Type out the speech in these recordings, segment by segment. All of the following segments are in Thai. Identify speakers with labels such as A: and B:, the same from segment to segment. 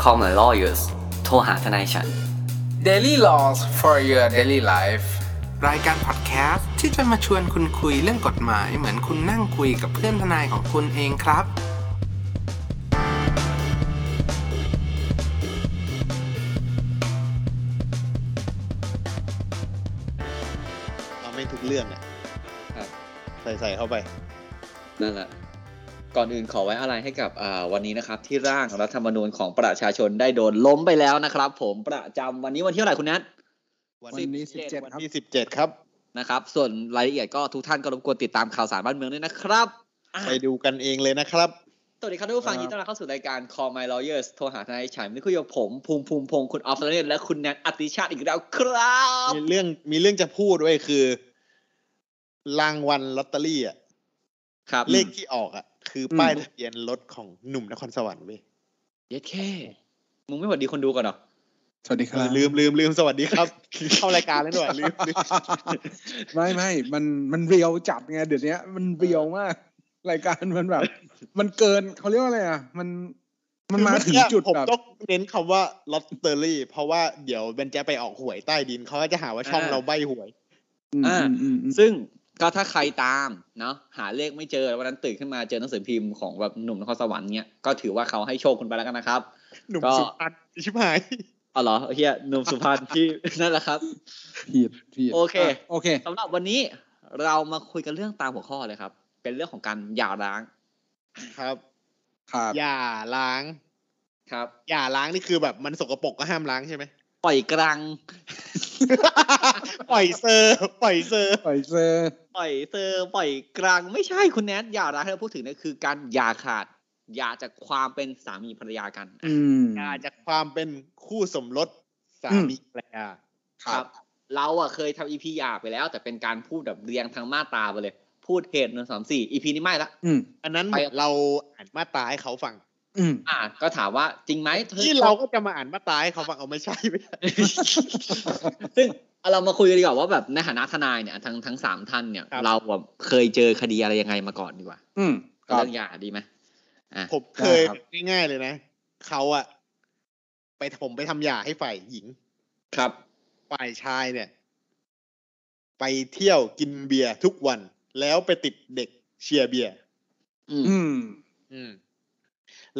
A: call my lawyers โทรหาทนายฉัน
B: Daily Laws for your daily life
C: รายการพอดแคสต์ที่จะมาชวนคุณคุยเรื่องกฎหมายเหมือนคุณนั่งคุยกับเพื่อนทนายของคุณเองครับ
D: เอาไม่ทุกเรื่องอ่ะ
E: ครับ
D: ใส่ใส่เข้าไป
E: นั่นแหละ ก่อนอื่นขอไว้อะไรให้กับอ่าวันนี้นะครับ ที่ร่างรัฐธรรมนูญของประชาชนได้โดนล้มไปแล้วนะครับ ผมประจำวันนี้วันที่เท่าไหร่คุณนัท
D: วัน
E: วันนี้
D: วันที่สิบเจ็ดครับ
E: นะครับ ส่วนรายละเอียดก็ทุกท่านก็รบกวนติดตามข่าวสารบ้านเมืองด้วยนะครับอ่ะ
D: ไปดูกันเองเลยนะครับ
E: สวัสดีครับทุกผู้ฟั
D: ค
E: ง
D: รับ
E: ยินดีต้อนรับเข้าสู่รายการ Call My Lawyers โทรหาทนายฉันนี่คุยกับผม ภูมิภูมิพงศ์คุณออฟเลนและคุณแนทอติชาติอีกแล้วครับ
D: มีเรื่องมีเรื่องจะพูดไว้ยคือ รางวัลลอตเตอรี่อ่ะ
E: ครับ
D: เลขที่ออกอ่ะ คือป้ายทะเบียนรถของหนุ่มนครสวรรค์เว้ย
E: เย็ดแค่มึงไม่หวัดดีคนดูก่อนเหรอ
F: สวัสดีค
D: เอ
F: รั
D: อบลืมลืมลืมสวัสดีครับ เข้ารายการแล้วด้วยลืมลืม
F: ไม่ไม่มันมันเรียวจัดไงเดี๋ยวนี้มันเรียวมาก รายการมันแบบ มันเกินเขาเรียกว่าอะไรอ่ะ มันมันมาถึงจุด
D: ผม
F: แบบ
D: ต้องเน้นคำว่าลอตเตอรี่ เพราะว่าเดี๋ยวเบนจะไปออกหวยใต้ดินเขาก็จะหาว่าช่อง
E: อ่า
D: เราใบหวย
F: อืมอืมอืมอืม
E: ซึ่งก็ถ้าใครตามเนาะหาเลขไม่เจอวันนั้นตื่นขึ้นมาเจอหนังสือพิมพ์ของแบบหนุ่มนครสวรรค์เนี้ยก็ถือว่าเขาให้โชคคุณไปแล้วกันนะครับ
D: หนุ่ม
E: ก็
D: สุพรรณชิบหาย
E: เอาเหรอเฮียหนุ่มสุพรรณที่ นั่นแหละครับ
F: ผิดผิด
E: โอเค
F: ะโอเค
E: สำหรับวันนี้เรามาคุยกันเรื่องตามหัวข้อเลยครับ เป็นเรื่องของการหย่าร้าง
D: ครับ
F: ครับ
D: อย่าล้าง
E: ครับ
D: อย่าล้างนี่คือแบบมันสกปรกก็ห้ามล้างใช่ไหม
E: ปล่อยกลาง
D: ปล่อยเซอร์ ปล่อยเซอร์
F: ไปเจอ
E: ปล่อยเซอร์ปล่อยกลางไม่ใช่คุณแนทหย่าร้างที่เราพูดถึงเนี่ยคือการหย่าขาดหย่าจากความเป็นสามีภรรยากัน
F: อืม
D: อาจากความเป็นคู่สมรสสามีภรรยา
E: ครับเราอ่ะเคยทำอีพีหยาบไปแล้ว แต่เป็นการพูดแบบเรียงทางมาตราไปเลย พูดเหตุหนึ่งสามสี่อีพีนี้ไม่ละ
F: อืม
D: อันนั้น
E: ไป
D: เราอ่านมาตราให้เขาฟัง
F: อืม
E: อ่ะก็ถามว่าจริงไหม
D: ที่เราก็จะมาอ่านมาตราให้เขาฟังเอาไม่ใช่ไม่ใช่
E: ซึ่งเอาเรามาคุยกันดีกว่าว่าแบบในฐานะทนายเนี่ยทั้งทั้งสามท่านเนี่ย
D: ครับ
E: เราแบบเคยเจอคดีอะไรยังไงมาก่อนดีกว่า
F: อืมครั
E: เรื่
F: บ
E: องหยาดีไหมอ่ะ
D: ผมเคย
F: ครับ
D: ง่ายๆเลยนะเขาอะไปผมไปทำหย่าให้ฝ่ายหญิง
E: ครับ
D: ฝ่ายชายเนี่ย ไปเที่ยวกินเบียร์ทุกวัน แล้วไปติดเด็กเชียร์เบียร์
E: อืม
F: อืม
D: อืม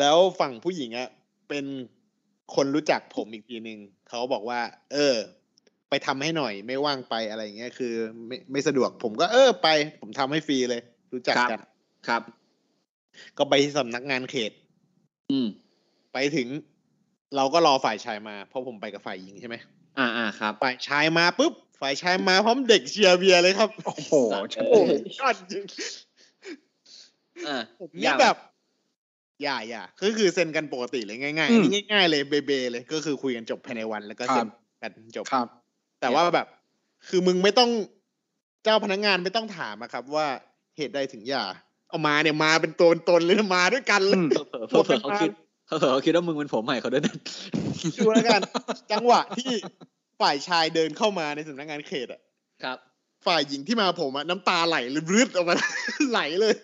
D: แล้วฝั่งผู้หญิงอะเป็นคนรู้จักผมอีกทีหนึ่งเขาบอกว่า เออ ไปทำให้หน่อย ไม่ว่างไปอะไรอย่างเงี้ยคือ ไม่ไม่สะดวก ผมก็เออไป ผมทำให้ฟรีเลย รู้จัก
E: ครับ
D: กัน
E: ครับ
D: ก็ไปที่สำนักงานเขต
E: อืม
D: ไปถึง เราก็รอฝ่ายชายมาเพราะผมไปกับฝ่ายหญิงใช่ไหม
E: อ่าอ่าครับ
D: ฝ่ายชายมาปุ๊บฝ่ายชายมาพร้อมเด็กเชียร์เบียร์เลยครับ
F: โอ้โหชัด
E: โอ้
F: เจ
E: โห
F: น
D: ยอดจริง
E: อ่า
D: ผม
E: อ
D: นี่
E: ย่าง
D: แบบ อย่าอย่าก็คือเซ็นกันปกติเลยง่ายๆอันนี้ง่าย ๆ เลยเบเบเลยก็คือคุยกันจบภายในวันแล้วก็เซ็นกันจบ
F: ครับ
D: แต่ว่าแบบ คือมึงไม่ต้องเจ้าพนักงานไม่ต้องถามอะครับ ว่าเหตุใดถึงหย่าเอามาเนี่ยมาเป็นตัวเป็นตนเลยนะมาด้วยกันเลย
F: อืม
E: เผลอเผลอเผลอเขาคิดเผลอเผลอเขาคิดว่ามึงเป็นผมใหม่เขาด้วยนะ
D: ดูแล้วกัน จังหวะที่ฝ่ายชายเดินเข้ามาในสำนักงานเขตอะ
E: ครับ
D: ฝ่ายหญิงที่มาผมอะน้ำตาไหลเลยรืดออกมา ไหลเลย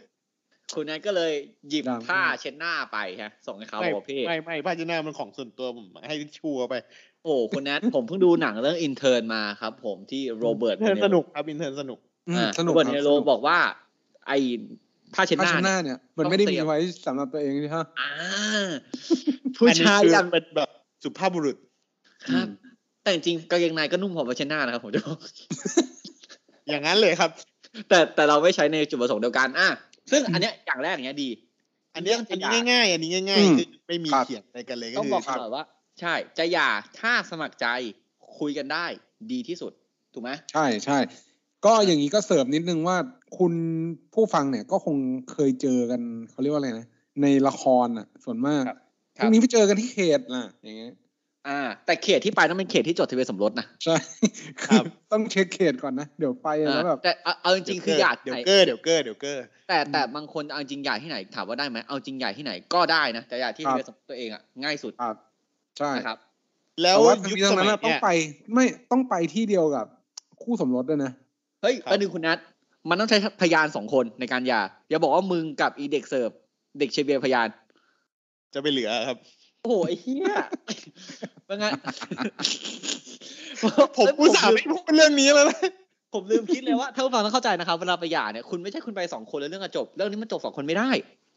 E: คุณแนทก็เลยหยิบ
F: ดัง
E: ผ้าเช็ดหน้าไปฮะ ส่งให้เขา
D: ไม่
E: บอกว่าพี่
D: ไม่ไม่ผ้าเช็ดหน้ามันของส่วนตัวผมให้ชัวร์ไป
E: โอ้คุณแน ท ผมเพิ่งดูหนังเรื่องอินเทอร์มาครับผมที่โรเบิร์ต
D: เทิร์นสนุกครับอินเทิร์นสนุก
F: อืม
E: อ่า
F: สนุก
E: โรเบิร์ต
F: ค
E: เน
F: รับ
E: โรบอกว่า ไอ้ผ้าเช็ดห
F: ผ้า
E: น้า
F: เชันห
E: เนี่
F: น้าย เนี่ย มันไม่ได้
E: ต้องเตรีย
F: มี
E: ม
F: ไว้สำหรับตัวเองใช่ไหม
E: อ่าผู้ชาย
D: อั
E: กัน
D: นี้
E: น
D: คือเป็นแบบสุภาพบุรุษ
E: ครับ
F: อืม
E: แต่จริงๆกางเกงในก็นุ่มพอผ้าเช็ดหน้านะครับผมจะ บอก
D: อย่างนั้นเลยครับ
E: แต่แต่เราไม่ใช้ในจุดประสงค์เดียวกันอ่ะซึ่งอันเนี้ยอย่างแรกอย่างเนี้ยดี
D: อันเนี้ยอันนี้ง่ายๆ อันนี้ง่าย
F: อืม
D: ๆคือไม่มี
F: ครับ
D: เถียงอะไรกันเลยก็
E: ต้อง
D: คือ
E: บอกก่อนว่า ใช่จะหย่าถ้าสมัครใจคุยกันได้ ดีที่สุดถูกไหม
F: ใช่ใช่ก็อย่างนี้ก็เสริมนิดนึงว่าคุณผู้ฟังเนี่ยก็คงเคยเจอกันเขาเรียกว่าอะไรนะในละครอ่ะ ส่วนมากพรุ่งนี้ไปเจอกันที่เขตน่ะ อย่างเงี้ย
E: อ่า แต่เขตที่ไปต้องเป็นเขตที่จดทะเบียนสมรสนะ
F: ใช่ คือต้องเช็คเขตก่อนนะ เดี๋ยวไปแล้วแบบ
E: แต่เอาเอาจริงๆคือหย่า
D: เดี๋ยว
E: ไหน
D: เกอร์เดี๋ยวเกอร์เดี๋ยวเกอร์
E: แต่แต่
F: อืม
E: บางคนเอาจริงใหญ่ที่ไหนถามว่าได้ไหมเอาจริงใหญ่ที่ไหนก็ได้นะแต่ใหญ่ที่
F: ครับ
E: เรียนกับตัวเองอ่ะง่ายสุด
F: ครับใช่
E: นะครับ
D: แล้ว
F: แต่ว่า
D: ยุ
F: ทั้ง
D: คสมั
F: นี้ทั้ง
D: ย
F: นั้นนะต้อ
D: เนี่
F: ง
D: ย
F: ไปไม่ต้องไปที่เดียวกับคู่สมรสด้วยนะ
E: เฮ้ย
D: ครับ
E: ประเด็นคุณนัทมันต้องใช้พยานสองคนในการหย่าอย่าบอกว่ามึงกับอีเด็กเสิร์ฟเด็กเชยร์เบียร์พยาน
D: จะไปเหลือครับ
E: โอ้โหไอ้เหี้ย ว่างั้น
D: ผมอุตส่าห์ไม่พูดเรื่องนี้แล้วนะ
E: ผมลืมคิดเลยว่าท่านผู้ฟังต้องเข้าใจนะครับเวลาไปหย่าเนี่ยคุณไม่ใช่คุณไปสองคนแล้วเรื่องจะจบ เรื่องนี้มันจบสองคนไม่ได้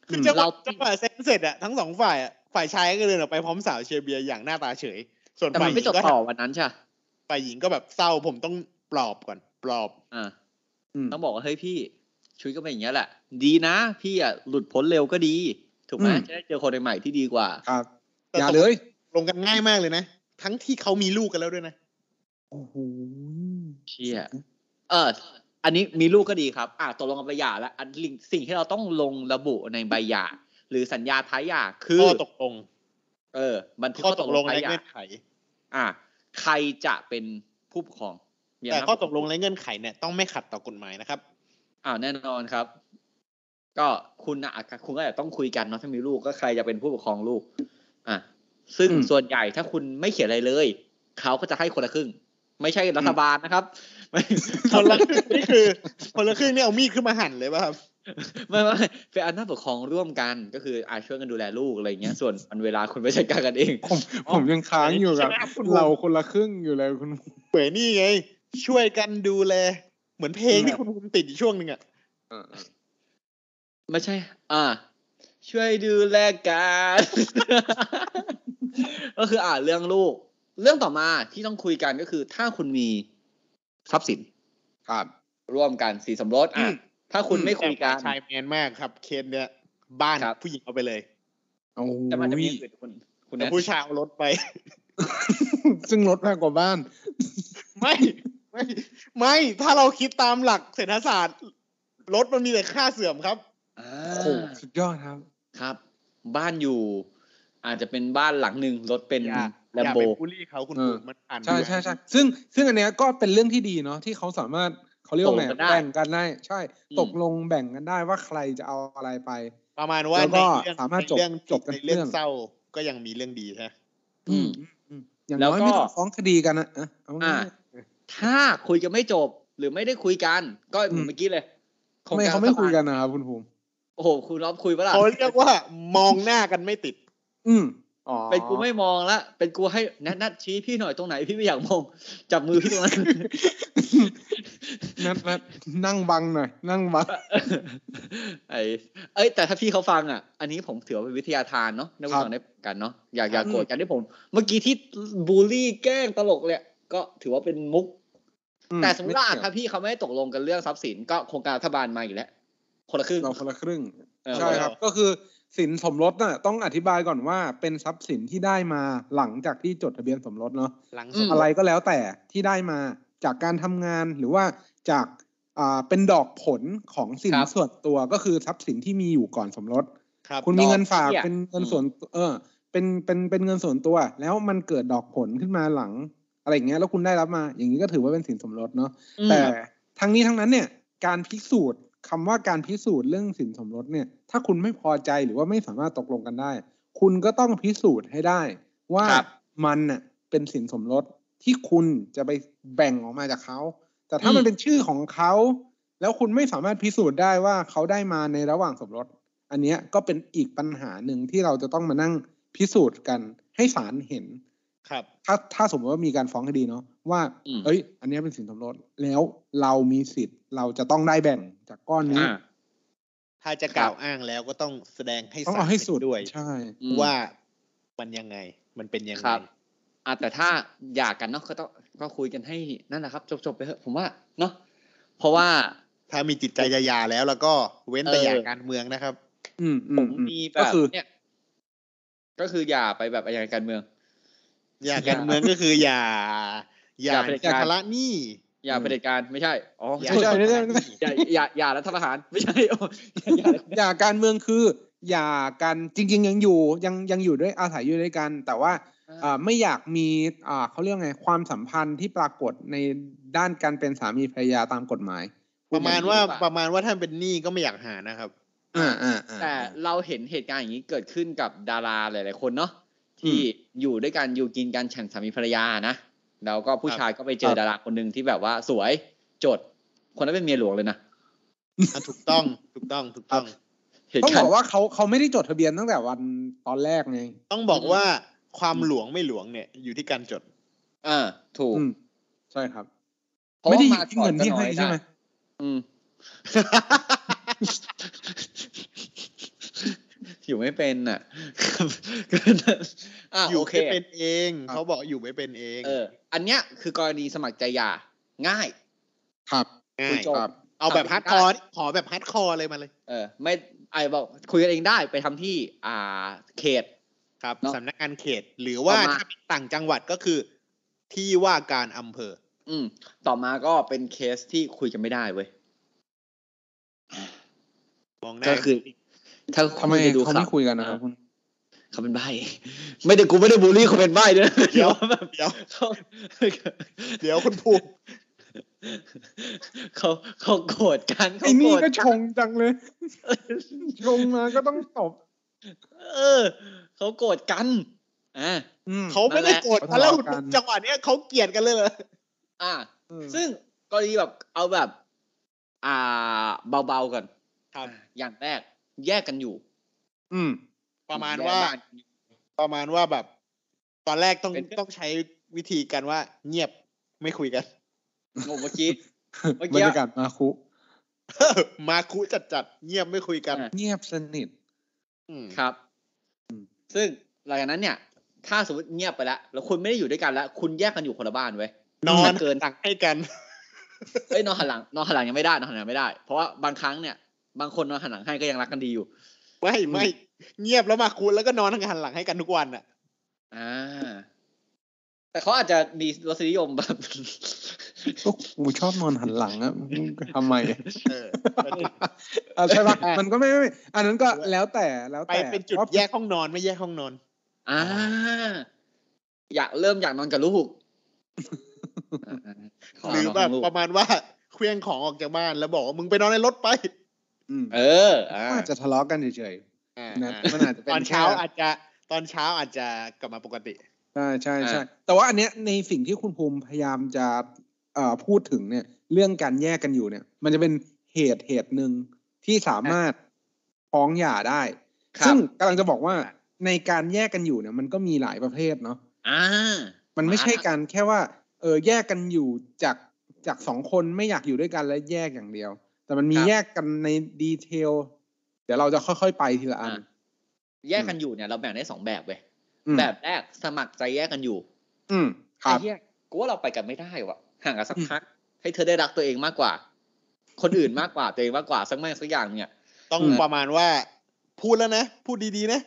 D: คือจังหวะ
E: เรา
D: จังหวะเซ็นเสร็จอะทั้งสองฝ่ายอะฝ่ายชายก็เดินออกไปพร้อมสาวเชียร์เบียร์อย่างหน้าตาเฉย ส่วน
E: แต่
D: ฝ่า
E: มั
D: ย
E: น
D: หญิ
E: ไม่
D: ง
E: จบ
D: ก็
E: ต่อวันนั้นใช่ปะ
D: ฝ่ายหญิงก็แบบเศร้าผมต้องปลอบก่อน ปลอบ
E: อ่า
F: อืม
E: ต้องบอกว่าเฮ้ยพี่ชีวิตก็เป็นอย่างเงี้ยแหละ ดีนะ พี่อ่ะหลุดพ้นเร็วก็ดี ถูกไหม
F: อืม
E: จะได้เจอคนใหม่ๆที่ดีกว่า
F: ครับ
D: แต่
F: อย่า
D: ตก
F: เลย
D: ลงกันง่ายมากเลยนะ ทั้งที่เขามีลูกกันแล้วด้วยนะ
F: โอ้โห
E: เชี่ย เออ อันนี้มีลูกก็ดีครับ อ่าตกลงกันใบหย่าแล้วอันลิงสิ่งที่เราต้องลงระบุในใบหย่าหรือสัญญาท้ายหย่าคือ
D: ข้อตกลง
E: เออ มันคือ
D: ข้อตกลง
E: ท้า
D: และ
E: ยหย่า
D: เงื่อนไข
E: อ่า ใครจะเป็นผู้ปกครองมี
D: แต่
E: อำนาจ
D: ข้อตกลงและเงื่อนไขเนี่ยต้องไม่ขัดต่อกฎหมาย นะครับ
E: อ้าวแน่นอนครับ ก็คุณอ่ะคุณก็อาจจะต้องคุยกันเนาะถ้ามีลูกก็ใครจะเป็นผู้ปกครองลูก อ่ะ ซึ่งส่วนใหญ่ถ้าคุณไม่เขียนอะไรเลยเขาก็จะให้คนละครึ่ง ไม่ใช่รัฐบาลนะครับ ไม่
D: คนละครึ่งนี่คือ คนละครึ่งนี่เอามีดขึ้นมาหั่นเลยป่ะครับ
E: ไม่ไม่เป็นอำนาจปกครองร่วมกันก็คืออาช่วยกันดูแลลูกอะไรอย่างเงี้ยส่วนวันเวลาคุณไปจัดการกันเอง
F: ผมผมยังค้างอยู่กับ
D: ใช่ไหมครับคุณ
F: เราคนละครึ่งอยู่เลยคุณ
D: เป๋นี่ไง ช่วยกันดูแล เหมือนเพลงที่คุณภูมิติดอยู่ช่วงหนึ่งอะ
E: ไม่ใช่ อ่า ช่วยดูแลกัน ก็คืออ่าเรื่องลูก เรื่องต่อมาที่ต้องคุยกันก็คือ ถ้าคุณมีทรัพย์สิน
F: ครับ
E: ร่วมกันสีสมรสอ่ะถ้าคุณไม่คุยกัน
D: แต่ฝ่าชายแมนมากครับ เคสเนี่ย บ้าน
E: ครับ
D: ผู้หญิงเอาไปเลย
F: โอ้
E: แต่มันจะมี
F: ย
E: อื่นคุณคุณ
D: แต่
E: นะ
D: ผู้ชายเอารถไป
F: ซึ่งรถแพงกว่าบ้าน
D: ไม่ไม่ ไม่ ถ้าเราคิดตามหลักเศรษฐศาสตร์รถมันมีแต่ค่าเสื่อมครับ
E: อ่
F: โอ้โห
E: า
F: สุดยอดครับ
E: ครับ บ้านอยู่ อาจจะเป็นบ้านหลังหนึ่งรถเป็น
D: อย่า
E: แลม
D: อย่า
E: โบ
D: ไปบูลลี่เขาคุณ
F: เออ
D: ภูมิมันอ่าน
F: ใช่
D: อยู่
F: ใช่ใช่ซึ่งซึ่งอันเนี้ยก็เป็นเรื่องที่ดีเนาะที่เขาสามารถเขาเรียกว่าไง
E: ตกลงกันได้
F: แบ่งกันได้ ใช่
E: อืม
F: ตกลงแบ่งกันได้ว่าใครจะเอาอะไรไป
D: ประมาณว่า
F: แล้วก็
D: ในเรื่อง
F: สามารถจบ
D: ในเรื่อง
F: จบกัน
D: ในเรื่อง
F: เรื่อง
D: เศร้าก็ยังมีเรื่องดีใช่ไหม
E: อืม
F: อืมอย่าง
E: แล้ว
F: น้อย
E: ก็
F: ไม่ต้องฟ้องคดีกันนะอ่ะ
E: อ่า
F: เง่าย
E: ถ้าคุยกันไม่จบหรือไม่ได้คุยกัน ก็
F: อืม
E: เหมือนเมื่อกี้เลย
F: ๆทำไมเขาไม่คุยกันนะครับคุณภูมิ
E: โอ้โหคุณรอบคุยปะล่ะ
D: เขาเรียกว่ามองหน้ากันไม่ติด
F: อืมอ๋อ
E: เป็นกูไม่มองละเป็นกูให้แนัดนัดชี้พี่หน่อยตรงไหนพี่ไม่อยากมอง จับมือพี่ตรงนั้น
F: นัดนัดนั่งบังหน่อย นั่งบัง
E: ไอ้เอ้ยแต่ถ้าพี่เขาฟังอ่ะ อันนี้ผมถือว่าเป็นวิทยาทานเนาะนักวิ
F: ครั
E: จา
F: บ
E: รณ์ได้กันเนาะอย่าอย่าโกรธกันที่ผม เมื่อกี้ที่บูลลี่แกล้งตลกเลยก็ถือว่าเป็นมุก
F: อื
E: แต่สมมติว่า
F: ไเกี่ย
E: อ่ะถ้าพี่เขาไม่ได้ตกลงกันเรื่องทรัพย์สินก็โครงการรัฐบาลมาอยู่แล้วคนละครึ่ง
F: เราคนละครึ่ง
E: เออ
F: ใช่ครับ ก็คือสินสมรสน่ะต้องอธิบายก่อนว่าเป็นทรัพย์สินที่ได้มาหลังจากที่จดทะเบียนสมรสเนาะ
D: หลัง
E: อืม
F: อะไรก็แล้วแต่ที่ได้มาจากการทำงานหรือว่าจากอ่าเป็นดอกผลของสิน
E: ครับ
F: ส่วนตัวก็คือทรัพย์สินที่มีอยู่ก่อนสมรส
D: ครับ
F: คุณมี
E: ดอก
F: เงินฝาก
E: เบี้ย
F: เป็นเงินส่วนเออเป็นเป็นเป็นเงินส่วนตัว แล้วมันเกิดดอกผลขึ้นมาหลังอะไรอย่างเงี้ยแล้วคุณได้รับมา อย่างนี้ก็ถือว่าเป็นสินสมรสเนาะ
E: อืม
F: แต่ทั้งนี้ทั้งนั้นเนี่ยการพิสูจน์คำว่าการพิสูจน์เรื่องสินสมรสเนี่ย ถ้าคุณไม่พอใจหรือว่าไม่สามารถตกลงกันได้ คุณก็ต้องพิสูจน์ให้ได้ ว่า
E: ครับ
F: มันน่ะเป็นสินสมรสที่คุณจะไปแบ่งออกมาจากเขา แต่ถ้ามันเป็นชื่อของเขา แล้วคุณไม่สามารถพิสูจน์ได้ว่าเขาได้มาในระหว่างสมรส อันเนี้ยก็เป็นอีกปัญหาหนึ่งที่เราจะต้องมานั่งพิสูจน์กันให้ศาลเห็น
D: ครับ
F: ถ้าถ้าสมมติว่ามีการฟ้องคดีเนาะว่า
E: อืม
F: เอ้ย อันเนี้ยเป็นสินสมรสแล้วเรามีสิทธิ์ เราจะต้องได้แบ่งจากก้อนนี้
E: อ่า
D: ถ้าจะกล่าวอ้างแล้วก็ต้องแสดงให้
F: ต้อง
D: ศาล
F: เอาให้สุด
D: เห็นด้วย
F: ใช่
E: อืม
D: ว่ามันยังไง มันเป็นยัง
E: ค
D: ไง
E: รับอ่ะแต่ถ้าอยากกันเนาะก็ต้องก็คุยกันให้นั่นแหละครับ จบจบๆไปเถอะผมว่าเนาะเพราะว่า
D: ถ้ามีจิตใจจะหยาแล้วแล้วก็เว้นแต่
E: เอออ
D: อย่าการเมืองนะครับ
F: อืมอื
E: ผม ม
F: อืม
E: มีแบ
F: ก็
E: บ
F: คือ
E: เนี่ย ก็คืออย่าไปแบบอะไรการเมือง
D: อย่าการเมืองก็คืออย่า อย่า
E: อย่าเผด็จ
D: อย่า
E: การ
D: ทะละหนี้
E: อย่า
F: อืม
E: เผด็จการไม่ใช่อ๋อ
D: อ
E: ไม่
D: ย่า
E: ใช่
F: ใช่
D: ทะ
F: ใช่
D: ละ
F: ใช่
D: หนี้
E: อย่าอย่าอย่ารัฐประหารไม่ใช่โอ้ อย่าอย่า
F: อย่าการเมืองคือ อย่ากันจริง ๆ ยังอยู่ยังยังอยู่ด้วยอาศัยอยู่ด้วยกัน แต่ว่า อ่าไม่อยากมีอ่าเขาเรียกไงความสัมพันธ์ที่ปรากฏในด้านการเป็นสามีภรรยาตามกฎหมาย
D: ประมาณว่าประมาณว่าถ้าเป็นหนี้ก็ไม่อยากหานะครับ
F: อ่าอ่าอ่า
E: แต่เราเห็นเหตุการณ์อย่างนี้เกิดขึ้นกับดาราหลาย ๆ คนเนาะที่
F: อืม
E: อยู่ด้วยกันอยู่กินกันฉันสามีภรรยานะแล้วก็ผู้
D: ครับ
E: ชายก็ไปเจอดาราคนหนึ่งที่แบบว่าสวยจด คนนั้นเป็นเมียหลวงเลยนะ
D: อ่ะถูกต้องถูกต้องถูกต้อง
E: เ เหตุ
F: ต้อง
E: กา
F: บ
E: ร
F: อก
E: ณ์
F: ว่าเขาเขาไม่ได้จดทะเบียนตั้งแต่วันตอนแรกไง
D: ต้องบอกว่าความหลวงไม่หลวงเนี่ยอยู่ที่การจด
E: อ่าถูก
F: อืมใช่ครับ
E: เพราะ
F: ไม่
E: ว่า
F: ได้อ
E: มาก่อ
F: ยู่ที่เงิ
E: น
F: น
E: ก็
F: ที่
E: น้อ
F: ให้
E: ย
F: ใช่
E: ได้
F: ไหม
E: อืม อยู่ไม่เป็นอ่ะ อ่า
D: อยู่
E: โอเค
D: ไม่เป็นเองเขาบอกอยู่ไม่เป็นเอง
E: เออ อันเนี้ยคือกรณีสมัครใจหย่าง่าย
F: ครับ
D: ง่า
E: คุณ
D: ย
E: โจ
F: ครับ
D: เอาแบบฮาร์ดคอร์ขอแบบฮาร์ดคอร์เลยมาเลย
E: เออ ไม่ไอบอกคุยกันเองได้ไปทำที่ อ่า เขต
D: ครับ
E: เนอะ
D: สำนักงานเขต หรือว่า
E: ต่อมา
D: ถ้าเป็นต่างจังหวัดก็คือที่ว่าการอำเภอ
E: อืม ต่อมาก็เป็นเคสที่คุยกันไม่ได้เว้ย
D: มองหน้า
E: ก็คือ ถ้า
F: ทำไม
E: ณป
F: เขาไม่คุยกันนะครับคุณ
E: เขาเป็นใบ ไม่ได้กูไม่ได้บูลลี่เขาเป็นใบด้วยนะ
D: เดี๋ยว
E: ขาแบบ
D: เดี๋ยว
E: เขา
D: เดี๋ยวคุณภูมิ
E: เขาเขาโกรธกันเขา
F: ไอ้
E: โกร
F: นี่
E: ธ
F: ก็ชงจัง เลย ชงมาก็ต้องตบ
E: เออเขาโกรธกันอ่า
F: อืม
D: เขาไม่ได้โกรธ
F: นั่
D: เขา
F: นแหละ
D: แล้ว
F: เขาทะเลาะกัน
D: จังหวะเนี้ยเขาเกลียดกันเลยเหรอ
E: อ่า
F: เออ
E: ซึ่งกรณีแบบเอาแบบ อ่า เบาๆก่อน
D: ครับ
E: อย่างแรก แยกกันอยู่
F: อืม
D: ประมาณว่า ประมาณว่าแบบ ตอนแรกต้อง
E: เป็น
D: ต้องใช้วิธีกันว่า เงียบไม่คุยกัน
E: งงเมื่อกี้ เมื่อกี้
F: บรรยากาศมาคุ
D: มาคุจัดจัดๆเงียบไม่คุยกัน
E: อ่ะ
F: เงียบสนิท
D: อืม
E: ครับ
F: อืม
E: ซึ่งหลังจากนั้นเนี่ย ถ้าสมมติเงียบไปแล้ว แล้วคุณไม่ได้อยู่ด้วยกันแล้ว คุณแยกกันอยู่คนละบ้านเว้ย
D: นอน
E: เกิน
D: ตักให้กัน
E: เอ้ยนอนหันหลังนอนหันหลังยังไม่ได้นอนหันหลังไม่ได้ เพราะว่าบางครั้งเนี่ย บางคนนอนหันหลังให้ก็ยังรักกันดีอยู่
D: ไม่ไม่ เงียบแล้วมาคุแล้วก็นอนทางหันหลังให้กันทุกวันอ่ะ
E: อ่า แต่เขาอาจจะมีรสนิยมแบบ
F: ก็กูชอบนอนหันหลังอะทำไมอะ
D: เออ
F: อ่ะใช่ปะมันก็ไม่ไม่ไม่อันนั้นก็แล้วแต่แล้ว
D: ไป
F: แต่
D: เป็นจุด
F: ว่า
D: แยกห้องนอนไม่แยกห้องนอน
E: อ่า อยากเริ่มอยากนอนกับลูกข
D: หรือน
E: น
D: แบ
E: กั
D: บบ
E: ลูก
D: ประมาณว่า เคลี้ยงของออกจากบ้านแล้วบอกว่ามึงไปนอนในรถไป
F: อืม
E: เอออ่า
F: ก็อาจจะทะเลาะกันเฉย
D: อ่า
F: ๆนะ
D: อ่า
F: มันอาจจะเป็
D: ตอน น
F: แค่
D: เช้าอาจจะตอนเช้าอาจจะกลับมาปกติ
F: ใช่ใช่ใช่แต่ว่าอันเนี้ยในสิ่งที่คุณภูมิพยายามจะเอ่อพูดถึงเนี่ย เรื่องการแยกกันอยู่เนี่ย มันจะเป็นเหตุเหตุหนึ่งที่สามารถฟ้องหย่าได้
E: ครับ
F: ซึ่งกำลังจะบอกว่าในการแยกกันอยู่เนี่ย มันก็มีหลายประเภทเนาะ
E: อ่า
F: มันไม่ใช่การแค่ว่า เออแยกกันอยู่จากจากสองคนไม่อยากอยู่ด้วยกันและแยกอย่างเดียว แต่มันมี
E: ครับ
F: แยกกันในดีเทลเดี๋ยวเราจะค่อยๆไปทีละอัน
E: แยกกันอยู่เนี่ย เราแบ่งได้สองแบบเว้ย
F: อืม
E: แบบแรกสมัครใจแยกกันอยู่
F: อืมค
E: ไอ้
F: รับ
E: เหี้ยกูว่าเราไปกันไม่ได้ว่ะห่างกันสัก
F: อืม
E: พัก ให้เธอได้รักตัวเองมากกว่า คนอื่นมากกว่าตัวเองมากกว่าสักไม่สักอย่างเนี่ย
D: ต้อง
F: อืม
D: ประมาณว่าพูดแล้วนะ พูดดีๆนะ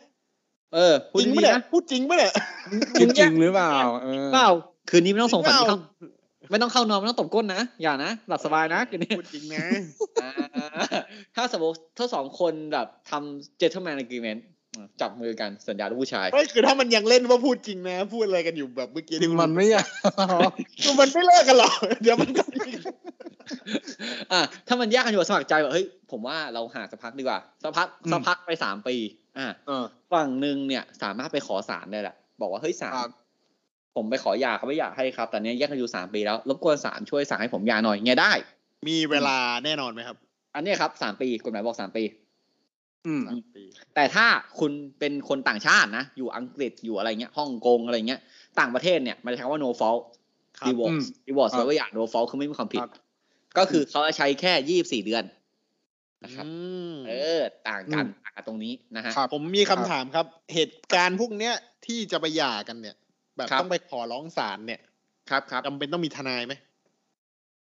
E: เออพูด
D: จริง
E: ดี
D: ปะ
E: ๆ
D: เนี่ย
E: นะ
D: พูดจริงปะเนี่ย
F: จริงๆหรือเปล่าเออ
E: เปล่าคืนนี้ไม่ต้องส่งฝัน
D: จริงเปล่า
E: เข้าไม่ต้องเข้านอนไม่ต้องตบก้นนะอย่านะหลับสบายนะคืนนี้
D: พูดจริงนะ
E: อ่าถ้าสมมติถ้าสองคนแบบทำเจ t เท e m แมน g ก e e เมนต์จับมือกันสัญญาลูกผู้ชาย
D: ไม่คือถ้ามันยังเล่นว่าพูดจริงนะ พูดอะไรกันอยู่แบบเมื่อกี้ที่
F: มันไม่อยาก
D: คือมันไม่เลิกกันหรอก เดี๋ยวมันก็
E: อ่าถ้ามันแยกกันอยู่สมัครใจแบบเฮ้ยผมว่าเราหาสักพักดีกว่าสักพักสักพักไปสามปี อ่า
F: เออ
E: ฝั่งหนึ่งเนี่ยสามารถไปขอศาลได้แหละ บอกว่าเฮ้ยศาล
F: ครับ
E: ผมไปขอหยาเขาไม่อยากให้ครับแต่เนี้ยแยกกันอยู่สามปีแล้วรบกวนศาลช่วยสั่งให้ผมหยาหน่อยเงี้ยได้
D: มีเวลาแน่นอนไหมครับ
E: อันเนี้ยครับสามปีกฎหมายบอกสามปี
F: อืม
D: สามปี
E: แต่ถ้าคุณเป็นคนต่างชาตินะ อยู่อังกฤษอยู่อะไรเงี้ยฮ่องกงอะไรเงี้ย ต่างประเทศเนี่ย มันจะใช้คำว่า no fault
D: ครับ
E: divorce
F: อืม
E: divorce
F: ครับ
E: แปลว่าหย่า no fault คือไม่มีความผิด
F: ครับ
E: ก็คือเขาจะใช้แค่ยี่บสี่เดือนนะครับ
D: อืม
E: เออ ต่างกันต่างกันตรงนี้นะฮะ
F: ครับ
D: ผมมีคำถามครับ เหตุการณ์พวกเนี้ยที่จะไปหย่ากันเนี่ย แบบ
E: ครับ
D: ต้องไปขอร้องศาลเนี่ย
E: ครับครับ
D: จำเป็นต้องมีทนายไหม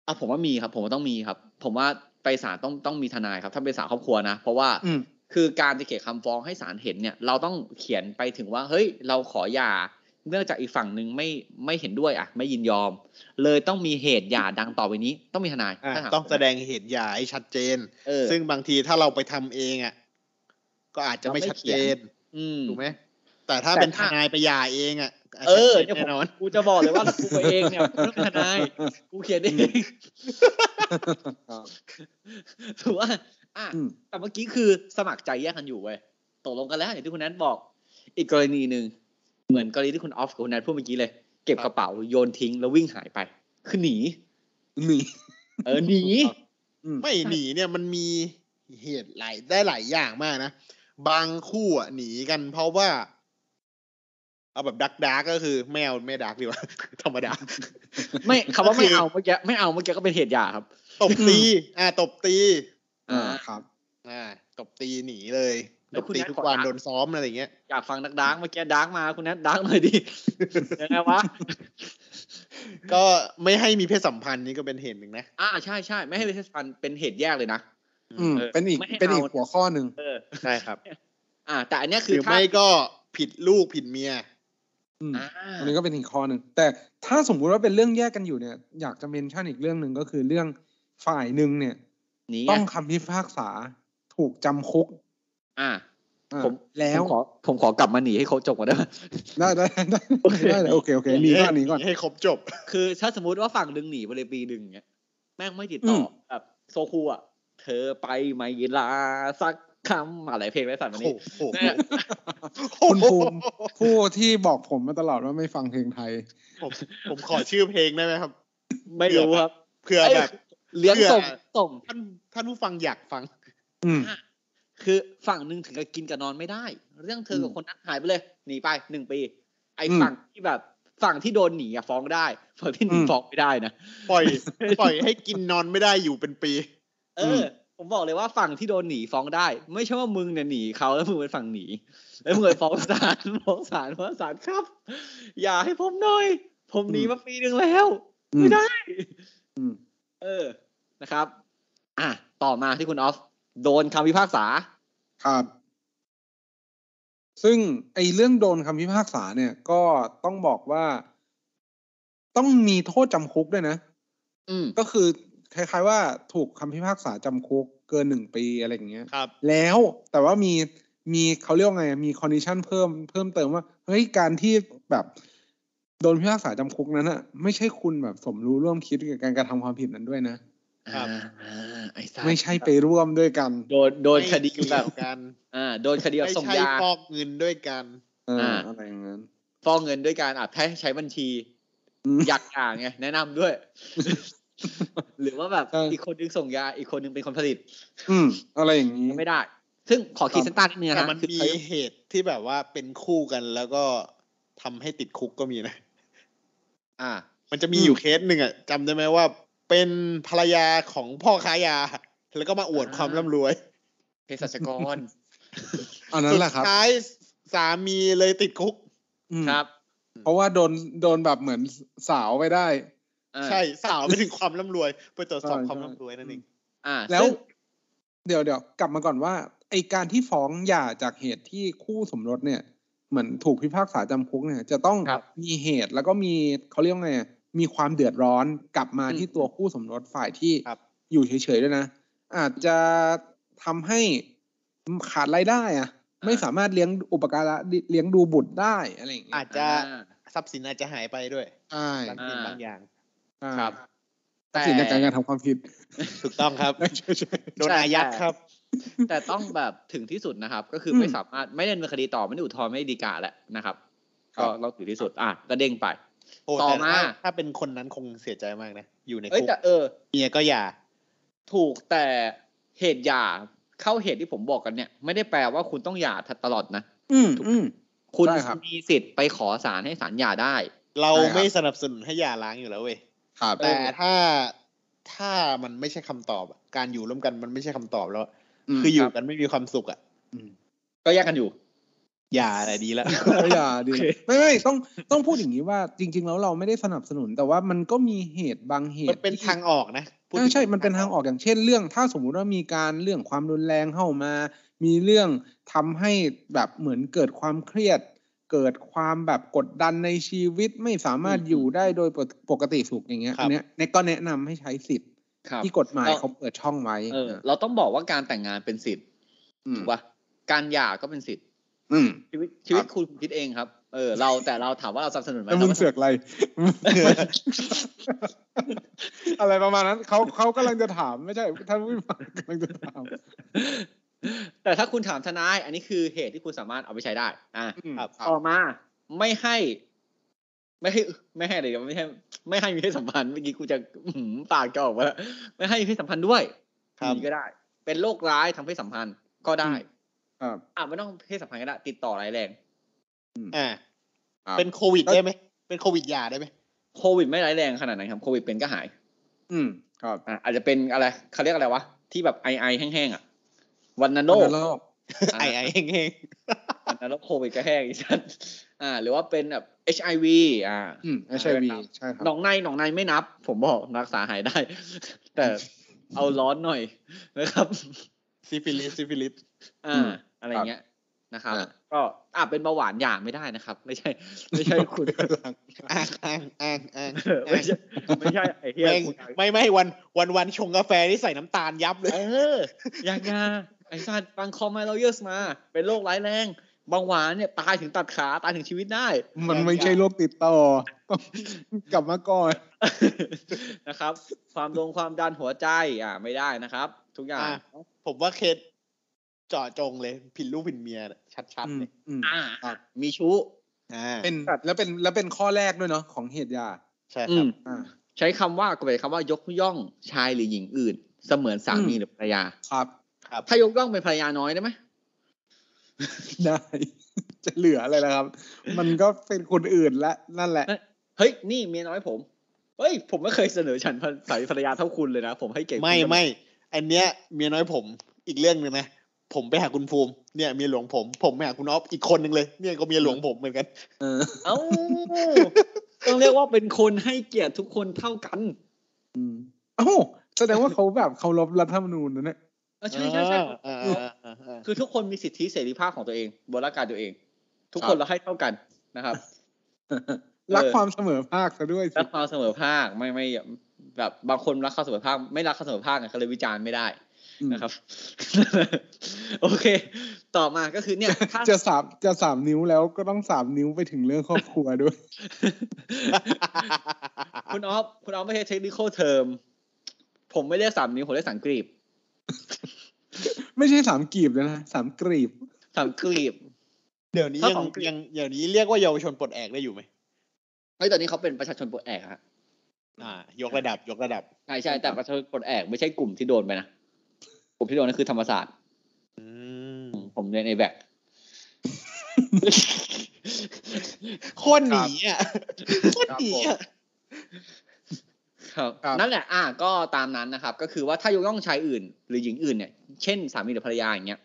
E: อ่ะผมว่ามีครับ ผมว่าต้องมีครับ ผมว่าไปศาลต้องต้องมีทนายครับ ถ้าเป็นศาลครอบครัวนะ เพราะว่า
F: อืม
E: คือการจะเขียนคำฟ้องให้ศาลเห็นเนี่ย เราต้องเขียนไปถึงว่า เฮ้ย เราขอหย่าเนื่องจากอีกฝั่งหนึ่งไม่ไม่เห็นด้วยอ่ะ ไม่ยินยอม เลยต้องมีเหตุหย่าดังต่อไปนี้ ต้องมีทนาย
D: อ่า
E: ถ้าถาม
D: ต้องแสดงเหตุหย่าให้ชัดเจน
E: เออ
D: ซึ่งบางทีถ้าเราไปทำเองอ่ะก็อาจจะไม่ชัดเจน
E: อืม
D: ถูกไหมแต่ถ้า
E: แต่
D: เป็นท
E: ถ้า
D: นายไปหย่าเองอ่ะก็อาจ
E: เอ
D: จะ
E: อ
D: ชัดเจน
E: เนี่ยผ
D: แน่
E: ม
D: นอน
E: กูจะบอกเลยว่ากูเองเนี่ย กูไม่ต้องมีทนายกูเขียนเอง ถือว่า อ่ะ
F: อืม
E: แต่เมื่อกี้คือสมัครใจแยกกันอยู่เว้ยตกลงกันแล้วอย่างที่คุณแนทบอก อีกกรณีหนึ่งเหมือนกรณีที่คุณออฟกับคุณแนทพูดเมื่อกี้เลย เก็บกระเป๋าโยนทิ้งแล้ววิ่งหายไป คือหนี
F: หนี
E: เออหนี
F: อืม
D: ไม่หนีเนี่ยมันมี เหตุหลายได้หลายอย่างมากนะ บางคู่อะหนีกันเพราะว่า เอาแบบดักดักก็คือไม่เอาไม่ดักดีกว่า ธรรมดา
E: ไม่คำว่าไม่
D: ก็คือ
E: เอาเมื่อกี้ไม่เอาเมื่อกี้ก็เป็นเหตุหย่าครับ
D: ตบตี อ่า ตบตี
E: อ่า
F: ครับ
D: อ่า ตบตีหนีเลย
E: แล้
D: ต
E: ว
D: บ
E: คุณ
D: ตี
E: นัท
D: ทุก
E: ขอ
D: วัน
E: ดัก
D: โดนซ้อมอะไรอย่างเงี้ย
E: อยากฟังดักดังเมื่อกี้ดังมาคุณนัทดังหน่อยดิ ยังไงวะ
D: ก็ไม่ให้มีเพศสัมพันธ์นี่ก็เป็นเหตุหนึ่งนะ
E: อ่าใช่ใช่ไม่ให้เป็นเทศพันเป็นเหตุแยกเลยนะ
F: อืม
E: เออ
F: เป็นอีก
E: ไม่ให้
F: เป็นอีก
E: เอา
F: หัวข้อหนึ่ง
E: เออ
D: ใช่ครับ
E: อ่า แต่อันเนี้ย
D: ห
E: คื
D: รือ อ
E: ถ้า
D: ไม่ก็ผิดลูกผิดเมีย
F: อืม
E: อ่า
F: อันนี้ก็เป็นอีกข้อหนึ่งแต่ถ้าสมมุติว่าเป็นเรื่องแยกกันอยู่เนี่ย อยากจะเมนชั่นอีกเรื่องหนึ่งก็คือเรื่องฝ่ายหนึ่งเนี่ย
E: นี่
F: ต้
E: ไง
F: องคำพิพากษาถูกจำคุก
E: อ่า
F: อ่ะ
E: ผม
F: แล้ว
E: ผมขอผมขอกลับมาหนีให้เขาจบก่อนได้ไหม
F: ได้ได้ได้ได้ได้โอเคโอเคหนีก่อนหนีก่อน
D: ให้ครบจบ
E: คือถ้าสมมติว่าฝั่งดึงหนีไปเลยปีหนึ่งเนี้ยแม่งไม่ติดต่ออ
F: ม
E: แบบโซคูอ่ะ เธอไปไมลาสักคำอะไรเพลงไรสันวัน
D: โอ้
E: นี้
D: โห
E: เนี่ย
F: คุณภูมิ ผู้ที่บอกผมมาตลอดว่าไม่ฟังเพลงไทย
D: ผมผมขอชื่อเพลงได้ไหมครับ
E: ไม่รู้ครับ
D: เผื่อแบบ
E: เลี้ยงส่ง
D: เพื่อ
E: ส่ง
D: ท่านท่านผู้ฟังอยากฟัง
F: อืม
E: คือฝั่งหนึ่งถึงกับกินกับนอนไม่ได้ เรื่องเธอกับ
F: อืม
E: คนนั้นหายไปเลยหนีไปหนึ่งปี ไอ้
F: อืม
E: ฝั่งที่แบบ ฝั่งที่โดนหนีอะฟ้องได้ฝั่งที่หนี
F: อืม
E: ฟ้องไม่ได้นะ
D: ปล่อย ปล่อยให้กินนอนไม่ได้อยู่เป็นปี
E: เอออ ผมบอกเลยว่าฝั่งที่โดนหนีฟ้องได้ ไม่ใช่ว่ามึงเนี่ยหนีเขาแล้วมึงเป็นฝั่งหนีแล้วมึงไปฟ้องศาล ฟ้องศาลฟ้องศาลครับ อย่าให้ผมหน่อย ผมหนีมาปีหนึ่งแล้ว
F: อื
E: ไม่ได้
F: อืม
E: เออนะครับ อ่ะต่อมาที่คุณออฟโดนคำพิพากษา
F: ครับ ซึ่งไอ้เรื่องโดนคำพิพากษาเนี่ย ก็ต้องบอกว่า ต้องมีโทษจำคุกด้วยนะ
E: อืม
F: ก็คือคล้ายๆว่าถูกคำพิพากษาจำคุกเกินหนึ่งปีอะไรอย่างเงี้ย
D: ครับ
F: แล้วแต่ว่ามีมีเขาเรียกว่าไงมีคอนดิชันเพิ่มเพิ่มเติมว่าเฮ้ยการที่แบบโดนพิพากษาจำคุกนั้นอะไม่ใช่คุณแบบสมรู้ร่วมคิดกับการกระทำความผิดนั้นด้วยนะ
D: ครับ
E: อ่าอ้สัตว์
F: ไม่ใช่ไปร่วมด้วยกัน
E: โดนโดนคดีแบบ
D: ไม่เกี่ยวกัน
E: อ่าโดนคดีแบบ
D: ไม่
E: ส่ง
D: ใช่
E: ยา
D: ฟอกเงินด้วยกัน
F: เออ
E: อ่า
F: อะไรอย่างนั้น
E: ฟอกเงินด้วยการอ่ะให้ใช้บัญชี
F: อืม
E: อยากอ่างไงแนะนำด้วย หรือว่าแบบ
F: ใช่
E: อีกคนนึงส่งยา อีกคนนึงเป็นคนผลิต
F: อืมอะไรอย่างนี้
E: ไม่ได้ ซึ่งขอขีดเส้นใต้นิดนึง
D: แต่
E: นะ
D: มัน
E: คือ
D: มีเหตุที่แบบว่าเป็นคู่กันแล้วก็ทำให้ติดคุกก็มีนะ
E: อ่า
D: มันจะมี
F: อืม
D: อยู่เคสหนึ่งอะจำได้ไหมว่า เป็นภรรยาของพ่อค้ายา แล้วก็มาอวดความร่ำรวย
E: เภสัชกร
F: อันนั้นแหละ
D: สุ
F: ครับ
D: ดท้ายสามีเลยติดคุก
F: อืม
E: ครับ
F: เพราะว่าโดนโดนแบบเหมือนสาวไปได้
E: อ่า
D: ใช่สาวไม่ถึงความร่ำรวย ไปตรวจสอบ
F: ใช่
D: ความ
F: ใช่
D: ร่ำรวยนั่นเอง
E: อ่า
F: แล้ว
E: ซึ่ง
F: เดี๋ยวเดี๋ยวกลับมาก่อนว่าไอการที่ฟ้องหย่าจากเหตุที่คู่สมรสเนี่ย เหมือนถูกพิพากษาจำคุกเนี่ย จะต้องมีเหตุแล้วก็มีเขาเรียกว่าไงอะมีความเดือดร้อนกลับมาที่ตัวคู่สมรสฝ่ายที่อยู่เฉยๆด้วยนะ อาจจะทำให้ขาดรายได้อะไม่สามารถเลี้ยงอุปการะเลี้ยงดูบุตรได้อะไรอย่างเงี้
D: อาย จจะ
E: อ่า
D: ทรัพย์สินอาจจะหายไปด้วย
F: ใช่
D: บางสิ่งบางอย่าง
F: ใช่
E: ครับ
F: ทรัพย์สินในการกระทำความผิด
D: ถูกต้องครับ โดนอายัดครับ
E: แต่ต้องแบบถึงที่สุดนะครับ ก็คือ
F: ม
E: ไม่สามารถไม่ดำเนินคดีต่อไม่ได้อุทธรณ์ไม่ได้ดีกาแหละนะครับ
F: ครั
E: ก็
F: บ
E: เราถึงที่สุด อ่ะก็เด้งไป
D: โอ้
E: ต่อ
D: แต่
E: มา
D: ถ้ถ้าเป็นคนนั้นคงเสียใจมากนะ อยู่ใน
E: เอ้ย
D: คุก
E: แต่เออ
D: เมียก็อย่า
E: ถูกแต่เหตุหย่าเข้าเหตุที่ผมบอกกันเนี่ย ไม่ได้แปลว่าคุณต้องหย่าตลอดนะ
F: อืมอืม
E: คุณ
F: ใช่ครับ
E: มีสิทธิ์ไปขอศาลให้ศาลหย่าได้
D: เรา
F: ใช่ครับ
D: ไม่สนับสนุนให้หย่าล้างอยู่แล้วเว้ย
F: ครับ
D: แต่ถ้าถ้ามันไม่ใช่คำตอบอะการอยู่ร่วมกันมันไม่ใช่คำตอบแล้วอะ
E: ม
D: คืออ
E: ค
D: ยู่
E: รับ
D: กันไม่มีความสุขอ่ะ
E: ก็แยกกันอยู่
D: อย่าอะไรดีแล้ว
F: ก็อย่าดีไม่ไม่ต้องต้องพูดอย่างนี้ว่าจริง ๆ แล้วเราไม่ได้สนับสนุน แต่ว่ามันก็มีเหตุบางเห
D: มัน
F: ตุ
D: เป็นทางออกนะพูด
F: ใช่
D: ถึง
F: ใช่มันเป็นทางออกอย่างเช่น เรื่อง ถ้าสมมุติว่ามีการเรื่องความรุนแรงเข้ามา มีเรื่องทำให้แบบเหมือนเกิดความเครียด เกิดความแบบกดดันในชีวิตไม่สามารถ
E: อืม
F: อยู่ได้โดยปกติสุขอย่างเงี้ยอันเนี้ยเนยก็แนะนำให้ใช้สิทธิ์
E: ครับ
F: ที่กฎหมาย
E: เรา
F: เขาเปิดช่องไว้
E: เออ เราต้องบอกว่าการแต่งงานเป็นสิทธิ์
F: อืม
E: ถูกป่ะการหย่าก็เป็นสิทธิ์
F: อืม
E: ชีวิตชีวิต
F: ครับ
E: คุณคิดเองครับเออเราแต่เราถามว่าเราสนับสนุนไหม
F: แล้วมึ
E: รา
F: ง
E: ก็
F: เสือกอะไร อะไรประมาณนั้นเขาเขากำลังจะถามไม่ใช่ท่านผู้ฟังกำลังจะถาม
E: แต่ถ้าคุณถามทนาย อันนี้คือเหตุที่คุณสามารถเอาไปใช้ได้ อ่า
F: ครับ
E: ต่อมาไม่ให้ ไม่ให้ไม่ให้อะไรเดี๋ยวไม่ให้ไม่ให้มีเพศสัมพันธ์เมื่อกี้กูจะอื้อหือปากจะออกมาแล้วไม่ให้มีเพศสัมพันธ์ด้วย
D: ครับ
E: มีก็ได้ เป็นโรคร้ายทางเพศสัมพันธ์ก็ได้
F: ครับ
E: อ่ะไม่ต้องเพศสัมพันธ์ก็ได้ติดต่อร้ายแรง
D: อ่า
E: ครับ
D: เป็นโควิดได้ไหมเป็นโควิดหยาได้ไหม
E: โควิดไม่ร้ายแรงขนาดนั้นครับโควิดเป็นก็หาย
F: อืมครับ
E: อ่ะอาจจะเป็นอะไรเขาเรียกอะไรวะที่แบบไอไอแห้งๆอ่ะวันนโรค
F: วัณโรค
E: ะ
D: ไอไอเองเอง
E: วันนั้นแล้วโควิดก็แห้งอีสันอ่า หรือว่าเป็นแบบ HIV อ่า
F: อืมไม่ใช่วีใช่ครับ
E: หนองในหนองในไม่นับ ผมบอกรักษาหายได้ แต่เอาร้อนหน่อยนะครับ
D: ซิฟิลิสซิฟิลิส
E: อ่า
F: อืม
E: อะไรเงี้ยนะครับ
F: อ่ะ
E: ก็อ่าเป็นเบาหวานหย่าไม่ได้นะครับ ไม่ใช่ ไม่ใช่คุณ
D: อ้างอ้างอ้างอ้าง
E: เออ ไม่ใช่ไม่ใช่ไอ้เหี้ย
D: แม่ง
E: คุณ
D: ไม่ไม่วันวันวันชงกาแฟที่ใส่น้ำตาลยับเลย
E: เออยางยาไอ้ชาติฟังคอมมาเราเยอะมา เป็นโรคร้ายแรงเบาหวานเนี่ยตายถึงตัดขาตายถึงชีวิตได้
F: มันไม่ใช่โรคติดต่อ กลับมาก่อน
E: นะครับ ความดวงความดันหัวใจอ่าไม่ได้นะครับ ทุกอย่าง
D: อ่ะ ผมว่าเคสเจาะจงเลย ผิดลูกผิดเมียน่ะชัด
F: อื
D: ๆ
F: ม
D: เลย
F: อืม
E: อ่า
F: ครับ
E: มีชู้
D: อ่า
F: เป็นแล้วเป็นแล้วเป็นข้อแรกด้วยเนาะของเหตุยา
D: ใช่
E: อื
D: ครับ
E: ม
F: อ่า
E: ใช้คำว่ากฎหมายคำว่ายกย่องชายหรือหญิงอื่น เสมือนสามี
F: อืม
E: หรือภรรยา
F: ครับ
D: ครับ
E: ถ้ายกย่องเป็นภรรยาน้อยได้ไหม
F: ได้ จะเหลืออะไรนะครับ มันก็เป็นคนอื่นละนั่นแหละ
E: เฮ้ยนี่เมียน้อยผมเฮ้ยผมไม่เคยเสนอฉันสายภรรยาเท่าคุณเลยนะ ผมให้เก่ง
D: ไม่ไม่อันเนี้ยเมียน้อยผมอีกเรื่องหนึ่งนะ ผมไปหาคุณภูมิเนี่ยเมียหลวงผม ผมไปหาคุณออฟอีกคนหนึ่งเลย เนี่ยก็เมียหลวงผมเหมือนกัน
F: เออ
E: เอ้าต้องเรียกว่าเป็นคนให้เกียรติทุกคนเท่ากัน
F: อืมเอ้าแสดงว่าเขาแบบเคารพรัฐธรรมนูญนะเนี่ย
E: เออใช่ใช่ใช่
D: อ่าอ่าอ่าอ่า
E: คือทุกคนมีสิทธิเสรีภาพของตัวเองบนร่างกายตัวเอง ทุกคนเราให้เท่ากันนะครับ
F: รักความเสมอภาคซะด้วยสิ
E: รักความเสมอภาคไม่ไม่แบบบางคนรักความเสมอภาค ไม่รักความเสมอภาคไงเขาเลยวิจารณ์ไม่ได้นะครับ โอเค ต่อมาก็คือ เนี่ยถ้า
F: จะสามจะสามนิ้วแล้วก็ต้องสามนิ้วไปถึงเรื่องครอบครัวด้วย
E: คุณออฟคุณออฟไม่ใช่เทคนิคเทอมผมไม่เรียกสามนิ้วผมเรียกสามกรีบ
F: ไม่ใช่สามกรีบแล้วนะสามกรีบ
E: สามกรีบ
D: เดี๋ยวนี้
E: ถ้า
D: ยัง
E: ของกรีก
D: ยังเดี๋ยวนี้เรียกว่าเยาวชนปลดแอกได้อยู่ไหม
E: เฮ้ยตอนนี้เขาเป็นประชาชนปลดแอกฮะ
D: อ่า ยกระดับยกระดับ
E: ใช่ใช่แต่ประชาชนปลดแอกไม่ใช่กลุ่มที่โดนไปนะกลุ่มที่โดนนั่นคือธรรมศาสตร์
D: อืม
E: ผมเรียนไอแบก
D: โคตรหนีอ่ะโคตรหนีอ่ะ
E: ครับ
F: ครับ
E: นั่นแหละ อ่ะก็ตามนั้นนะครับ ก็คือว่าถ้ายกย่องชายอื่น หรือหญิงอื่นเนี่ย เช่นสามีหรือภรรยาอย่างเงี้ย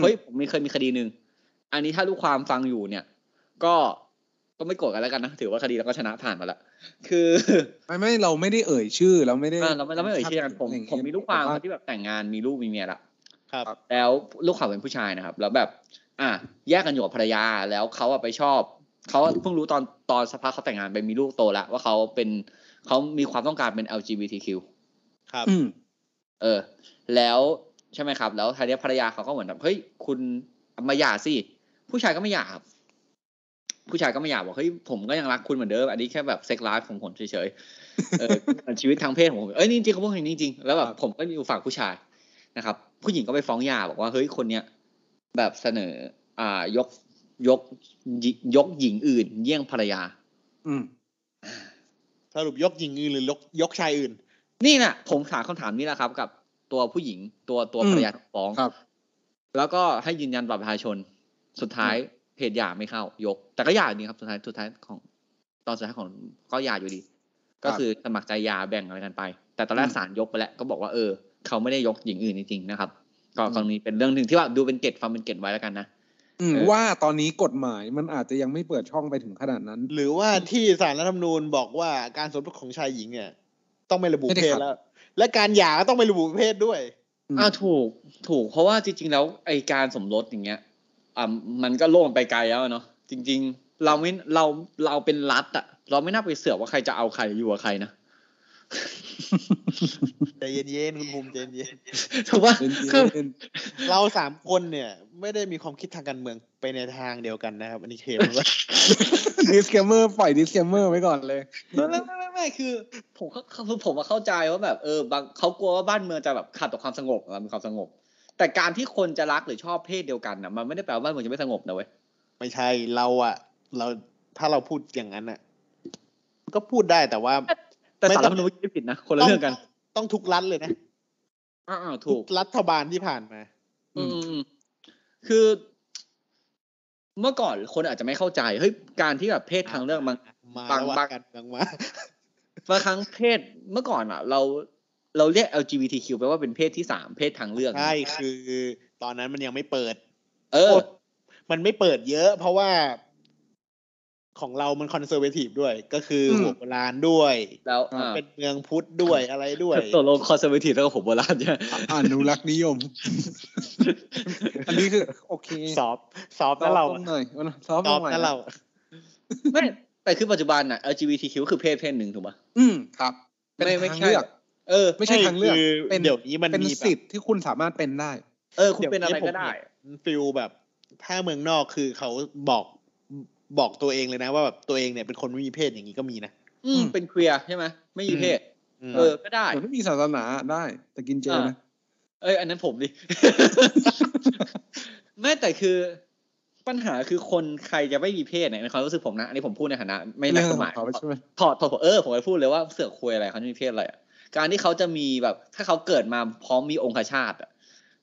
E: เฮ้ย ผมมีเคยมีคดีหนึ่ง อันนี้ถ้าลูกความฟังอยู่เนี่ย ก็ก็ไม่โกรธกันแล้วกันนะ ถือว่าคดีเราก็ชนะผ่านมาละ คือ
F: ไม่ไม่เราไม่ได้เอ่ยชื่อเราไม่ได้
E: อ่ะเราไม่เราไม่เอ่ยชื่อกันผม
F: ะไรย่าง
E: ผมมีลูกความ
F: แต่
E: ที่แบบแต่งงานมีลูกมีเมียละ
D: ครับ
E: แล้วลูกเขาเป็นผู้ชายนะครับ แล้วแบบ อ่ะแยกกันอยู่กับภรรยาแล้วเขาอะไปชอบเขาเพิ่งรู้ตอนตอนสภาพกเขาแต่งงานไปมีลูกโตแล้วว่าเขาเป็นเขามีความต้องการเป็น LGBTQ
D: ครับ
F: อืม
E: เออ แล้วใช่ไหมครับ แล้วทีเนี้ยภรรยาเขาก็เหมือนแบบเฮ้ยคุณมาหย่าสิผู้ชายก็ไม่หย่าครับ ผู้ชายก็ไม่หย่าบอกเฮ้ยผมก็ยังรักคุณเหมือนเดิมอันนี้แค่แบบเซ็กไลฟ์ของผมเฉยๆเออ ชีวิตทางเพศของผมเอ้ยนี่จริงเขาพูดอย่างนี้จริงแล้วแบบผมก็อยู่ฝั่งผู้ชายนะครับ ผู้หญิงก็ไปฟ้องหย่าบอกว่าเฮ้ยคนเนี้ยแบบเสนอ อ่ายกยกยกหญิงอื่น เยี่ยงภรรยา
F: อืม
D: สรุปยกหญิงอื่นหรือยกยกชายอื่น
E: นี่แหละผมถามคำถามนี้แหละครับ กับตัวผู้หญิงตัวตัว
F: อืม
E: ภรรยาฟ้อง
F: ครับ
E: แล้วก็ให้ยืนยันบัตรประชาชน สุดท้ายเพจหย่าไม่เข้า ยก แต่ก็หย่าจริงครับสุดท้ายสุดท้ายของ ตอนสุดท้ายของก็หย่าอยู่ดี ก็คือสมัครใจหย่าแบ่งอะไรกันไป แต่ตอนแรกศาลยกไปแล้วก็บอกว่าเออเขาไม่ได้ยกหญิงอื่นจริงๆนะครับ ก็กรณีเป็นเรื่องหนึ่งที่ว่าดูเป็นเกตฟังเป็นเกตไว้แล้วกันนะ
F: อืม
E: เออ
F: ว่าตอนนี้กฎหมายมันอาจจะยังไม่เปิดช่องไปถึงขนาดนั้น
D: หรือว่าที่สารรัฐธรรมนูญบอกว่าการสมรสของชายหญิงเนี่ย ต้องไม่ระบุ
F: ไม่ได้
D: เพศ
F: ขัด
D: แล้ว และการหย่าก็ต้องไม่ระบุเพศด้วย
F: ม
E: อ่าถูกถูก เพราะว่าจริงๆ แล้วไอการสมรสอย่างเงี้ยอ่ามันก็โล่งไปไกลแล้วอะเนาะจริง ๆ เราไม่เราเราเป็นรัฐอะเราไม่น่าไปเสือกว่าใครจะเอาใครอยู่กับใครนะ
D: ใจเย็นๆคุณภูมิใจเย็น
E: ถูกว่า
F: เป็นที่
E: คือ
F: เล่น
D: ๆเราสามคนเนี่ย ไม่ได้มีความคิดทางการเมืองไปในทางเดียวกันนะครับ อันนี้เคลมไว้
F: ดิสเคมเมอร์ปล่อยดิสเคมเมอร์ไว้ก่อนเลย
E: ไม่ไม่ไม่ไม่ไม่คือผมก็คือผมอะเข้าใจว่าแบบเออบางเขากลัวว่าบ้านเมืองจะแบบขาดต่อความสงบเรามีความสงบ แต่การที่คนจะรักหรือชอบเพศเดียวกันอะมันไม่ได้แปลว่าบ้านเมืองจะไม่สงบนะเว้ย
D: ไม่ใช่เราอะเราถ้าเราพูดอย่างนั้นอะก็พูดได้แต่ว่า
E: แต่
D: ไม่
E: สาร
D: ต้อ
E: รัฐ
D: ง
E: ธรรมนูญไม่ได้ผิดนะคนละเรื่องกัน
D: ต้องต้องทุกรัฐเลยนะ
E: อ่าๆ
D: ทุ
E: ถู
D: ก
E: ก
D: รัฐบาลที่ผ่านมา
E: อืมคือ เมื่อก่อนคนอาจจะไม่เข้าใจเฮ้ยการที่แบบเพศทางเลือกบาง
D: มา
E: บาง
D: แล้วว่า
E: บาง
D: กันบางมา
E: บางครั้งเพศเมื่อก่อนอ่ะ เราเราเรียก LGBTQ แปลว่าเป็นเพศที่สามเพศทางเลือก
D: ใช่คือตอนนั้นมันยังไม่เปิด
E: เออ
D: มันไม่เปิดเยอะเพราะว่าของเรามันคอนเซอร์เวทีฟด้วย ก็คืออ
F: ม
D: หัวโบราณด้วย
E: แล้วอ่า
D: เป็นเมืองพุทธด้วยอะไรด้วย
E: ตกลงคอนเซอร์เวทีฟแล้วก็ผมโบราณใช่ไหม
F: อนุรักษ์นิยม อันนี้คือ โอเค
D: สอบสอบ
F: ซอ
D: นะ
F: ฟต์
D: เรา
F: ลงหน่อยซอฟต์
D: ส
F: ล
D: อง บ
F: หน่อย
D: นะเรา
E: ไม่แต่คือปัจจุบันอ่ะ LGBTQ คือเพศเพศหนึ่งถูกปะ
F: อืมครับ เป็น
E: ไม่ไม่
F: ทาง
E: ใช่
F: เลือก
E: เออ
F: ไม่ใช่ทางเลือก
D: คือ
F: เป็น
D: เดี๋ยวนี้มัน
F: เป็น
D: มีแบบ
F: สิทธิ์ที่คุณสามารถเป็นได้
E: เออ คุณเป็นอะไรก็ได้
D: ฟิลแบบ ถ้าเมืองนอกคือเขาบอกบอกตัวเองเลยนะ ว่าแบบตัวเองเนี่ยเป็นคนไม่มีเพศอย่างนี้ก็มีนะ
E: อืมเป็นเคลียร์ใช่ไหมไม่มีเพศ
D: อืม
E: เออก็ได้
F: เหมือนไม่มีศาสนาได้แต่กินเจนะ
E: เอ้ยอันนั้นผมดิ ไม่แต่คือปัญหาคือคนใครจะไม่มีเพศเนี่ยในความรู้สึกผมนะอันนี้ผมพูดในฐานะไม่นักกฎหมาย
F: เรื่องของเขาใช่ไหม
E: ถอดถอดผมเออผมไปพูดเลยว่าเสือกคุยอะไรเขาไม่มีเพศอะไรอะการที่เขาจะมีแบบ ถ้าเขาเกิดมาพร้อมมีองคชาตอะ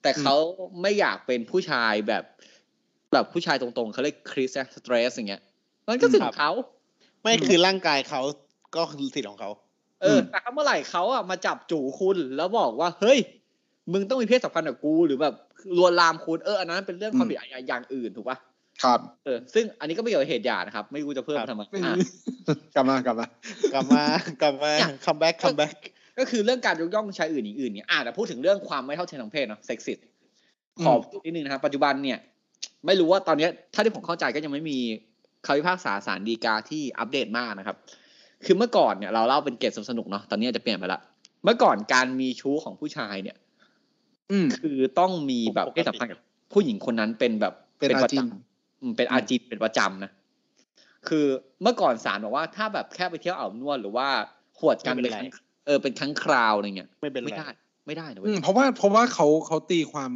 E: แต่เขาไม่อยากเป็นผู้ชายแบบ แบบผู้ชายตรงๆเขาเรียกคริสสเตรสอย่างเงี้ยมันก็สิทธิ์ของเขา
D: ไม่คือร่างกายเขาก็คือสิทธิ์ของเขา
E: เออแต่ถ้าเมื่อไหร่เขาอ่ะมาจับจู่คุณแล้วบอกว่า เฮ้ย มึงต้องมีเพศสัมพันธ์กับกูหรือแบบลวนลามคุณเอออันนั้นเป็นเรื่องความผิดอาญาอย่างอื่นถูกป่ะ
F: ครับ
E: เออซึ่งอันนี้ก็ไม่เกี่ยวกับเหตุหยานะครับ ไม่รู้จะเพิ่มมาทำไมอ่ะ
F: กลับมากลับมาก
D: ลับมาก ลับมา
E: อยาก
D: คัมแบ็กคัมแบ็ก
E: ก็คือเรื่องการยกย่องชายอื่นหญิงอื่นเนี่ยอ่ะแต่พูดถึงเรื่องความไม่เท่าเทียมทางเพศเนาะเซ็กซิสขอพูดนิดนึงนะครับ ปัจจุบันเนี่ย ไม่รู้ว่าตอนเนี้ยถ้าที่ผมเข้าใจก็ยังไม่มีคำพิพากษาศาลฎีกาที่อัปเดตมากนะครับ คือเมื่อก่อนเนี่ยเราเล่าเป็นเกรดสนุกๆเนาะตอนนี้อาจจะเปลี่ยนไปละเมื่อก่อนการมีชู้ของผู้ชายเนี่ย
F: อืม
E: คือต้องมีแบบเพศสัมพันธ์กับผู้หญิงคนนั้นเป็นแบบ
F: เป็นอา
E: ประ
F: จิ
E: จ
F: น
E: ำอืมเป็นอาจีเป็นประจำนะ คือเมื่อก่อนศาลบอกว่าถ้าแบบแค่ไปเที่ยวอ่าวนวดหรือว่าขวดกันเป็นครั้งเออเป็นครั้งคราวอะไรเงี้ย
D: ไม่เป็น
E: ไม่
D: ไร
E: ได้ ไม่ได้นะ
F: อื
E: เว้ย
F: มเพราะว่าเพราะว่าเขาเขาตีความ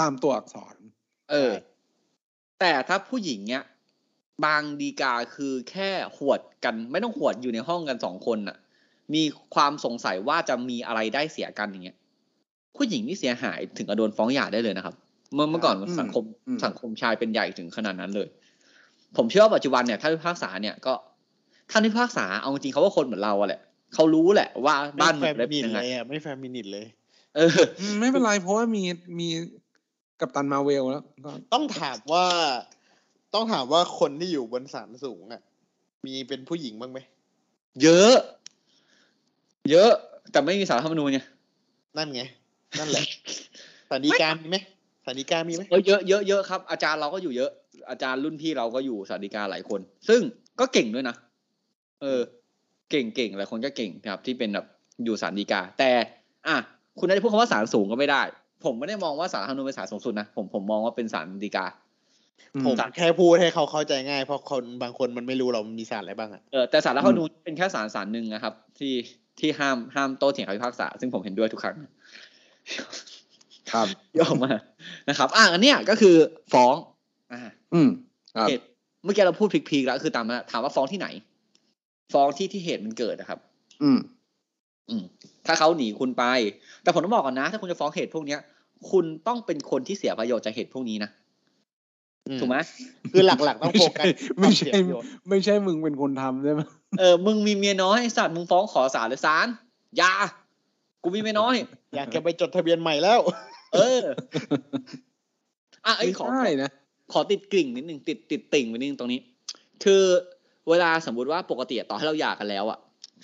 F: ตามตัวอักษร
E: เออ แต่ถ้าผู้หญิงเนี้ยบางดีกาคือแค่ขวดกัน ไม่ต้องขวดอยู่ในห้องกันสองคนน่ะ มีความสงสัยว่าจะมีอะไรได้เสียกันอย่างเงี้ยผู้หญิงนี่เสียหายถึงกับโดนฟ้องหย่าได้เลยนะครับ เมื่อเมื่อก่อน
F: อืม
E: สังคม
F: อืม
E: สังคมชายเป็นใหญ่ถึงขนาดนั้นเลย ผมเชื่อว่าปัจจุบันเนี่ยท่านพิพากษาเนี่ยก็ท่านพิพากษาเอาจริงๆเขาก็คนเหมือนเราอะแหละเขารู้แหละว่า
D: ไม่
E: บ้านเมื
D: แฟ
E: อง
D: มินิต
E: เป็นยังไง
D: เลยอ่ะไม่แฟมินิตเลย
E: เออ
F: อืมไม่เป็นไรเพราะว่ามีมีกัปตันมาร์เวลแล้วก็
D: ต้องถามว่า ต้องถามว่าคนที่อยู่บนศาลสูงอ่ะ มีเป็นผู้หญิงบ้างไหม
E: เยอะ เยอะ แต่ไม่มีสารรัฐธรรมนูญไง
D: นั่นไง นั่น แหละสันดีกามีไหมสันดีกามีไหม
E: เออเยอะเยอะเยอะครับ อาจารย์เราก็อยู่เยอะ อาจารย์รุ่นพี่เราก็อยู่สวัสดิการหลายคน ซึ่งก็เก่งด้วยนะเออ เก่งเก่งหลายคนก็เก่งครับ ที่เป็นแบบอยู่สารดีกา แต่ อ่ะคุณได้พูดคำว่าสารสูงก็ไม่ได้ ผมไม่ได้มองว่าสารธรรมนูญเป็นสารสูงสุดนะผมผมมองว่าเป็นสารดีกา
D: ผมแค่พูดให้เขาเข้าใจง่าย เพราะคนบางคนมันไม่รู้เรามีศาลอะไรบ้างอ่ะ
E: เออแต่สารรัฐธรรมนูญเป็นแค่สารสารหนึ่งนะครับ ที่ที่ห้ามห้ามโต้เถียงคำพิพากษา ซึ่งผมเห็นด้วยทุกครั้ง
F: ครับ
E: ยอมมากนะครับ อ่ะอันเนี้ยก็คือฟ้องอ่า
F: อืมครับ
E: เหตุเมื่อกี้เราพูดพลิกๆแล้วคือตามมาถามว่าฟ้องที่ไหน ฟ้องที่ที่เหตุมันเกิดนะครับ
F: อืม
E: อืม ถ้าเขาหนีคุณไป แต่ผมต้องบอกก่อนนะ ถ้าคุณจะฟ้องเหตุพวกเนี้ย คุณต้องเป็นคนที่เสียประโยชน์จากเหตุพวกนี้นะ
D: อื
E: ถูกไหม
D: คือหลักๆ ต้องโฟ กัส
F: ไม่ใช่
D: ความเสียประโยชน์
F: ไม่ใช่มึงเป็นคนทำใช่ไหม
E: เออมึงมีเมียน้อยไอ้สัตว์มึงฟ้องขอศาลหรือศาลอย่ากูมีเมียน้อย
D: อยากจะไปจดทะเบียนใหม่แล้ว
E: เอ อ อ่ะไอ้ยขอ
F: ไม่ใช่นะ
E: ขอติดกลิ่งนิดนึงติดติดติ่งนิดนึงตรงนี้ คือเวลาสมมุติว่าปกติอะต่อให้เราหย่ากันแล้วอ่ะ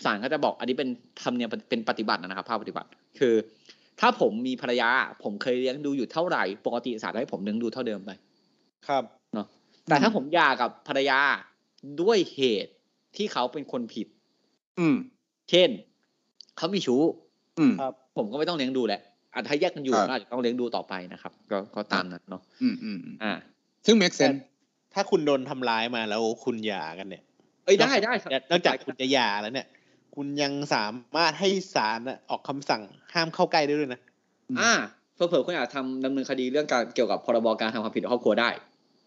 E: ศาลก็จะบอกอันนี้เป็นธรรมเนียมเป็นปฏิบัตินะครับภาคปฏิบัติ คือ ถ้าผมมีภรรยา ผมเคยเลี้ยงดูอยู่เท่าไหร่ ปกติศาลให้ผมเลี้ยงดูเท่าเดิมไป
D: ครับ
E: แต่ถ้าผมหย่ากับภรรยาด้วยเหตุที่เขาเป็นคนผิด
F: อืม
E: เช่นเขามีชู้
F: อืม
E: ผมก็ไม่ต้องเลี้ยงดูแหละอาจถ้าแยกกันอยู่
F: ครับ
E: ก็อาจจะต้องเลี้ยงดูต่อไปนะครับ ก็ก็ตามนั้นเนาะ
F: อืมอืมอืม
E: อ่า
F: ซึ่ง make sense
D: ถ้าคุณโดนทำร้ายมาแล้วคุณหย่ากันเนี่ย
E: เอ้ยได้ได้ครับ
D: นอกจากคุณจะหย่าแล้วเนี่ย คุณยังสามารถให้ศาลน่ะออกคำสั่งห้ามเข้าใกล้ได้ด้วยนะ
E: อ่าเผลอๆคุณอาจทำดำเนินคดีเรื่องการเกี่ยวกับพรบการทำความผิดต่อครอบครัวได้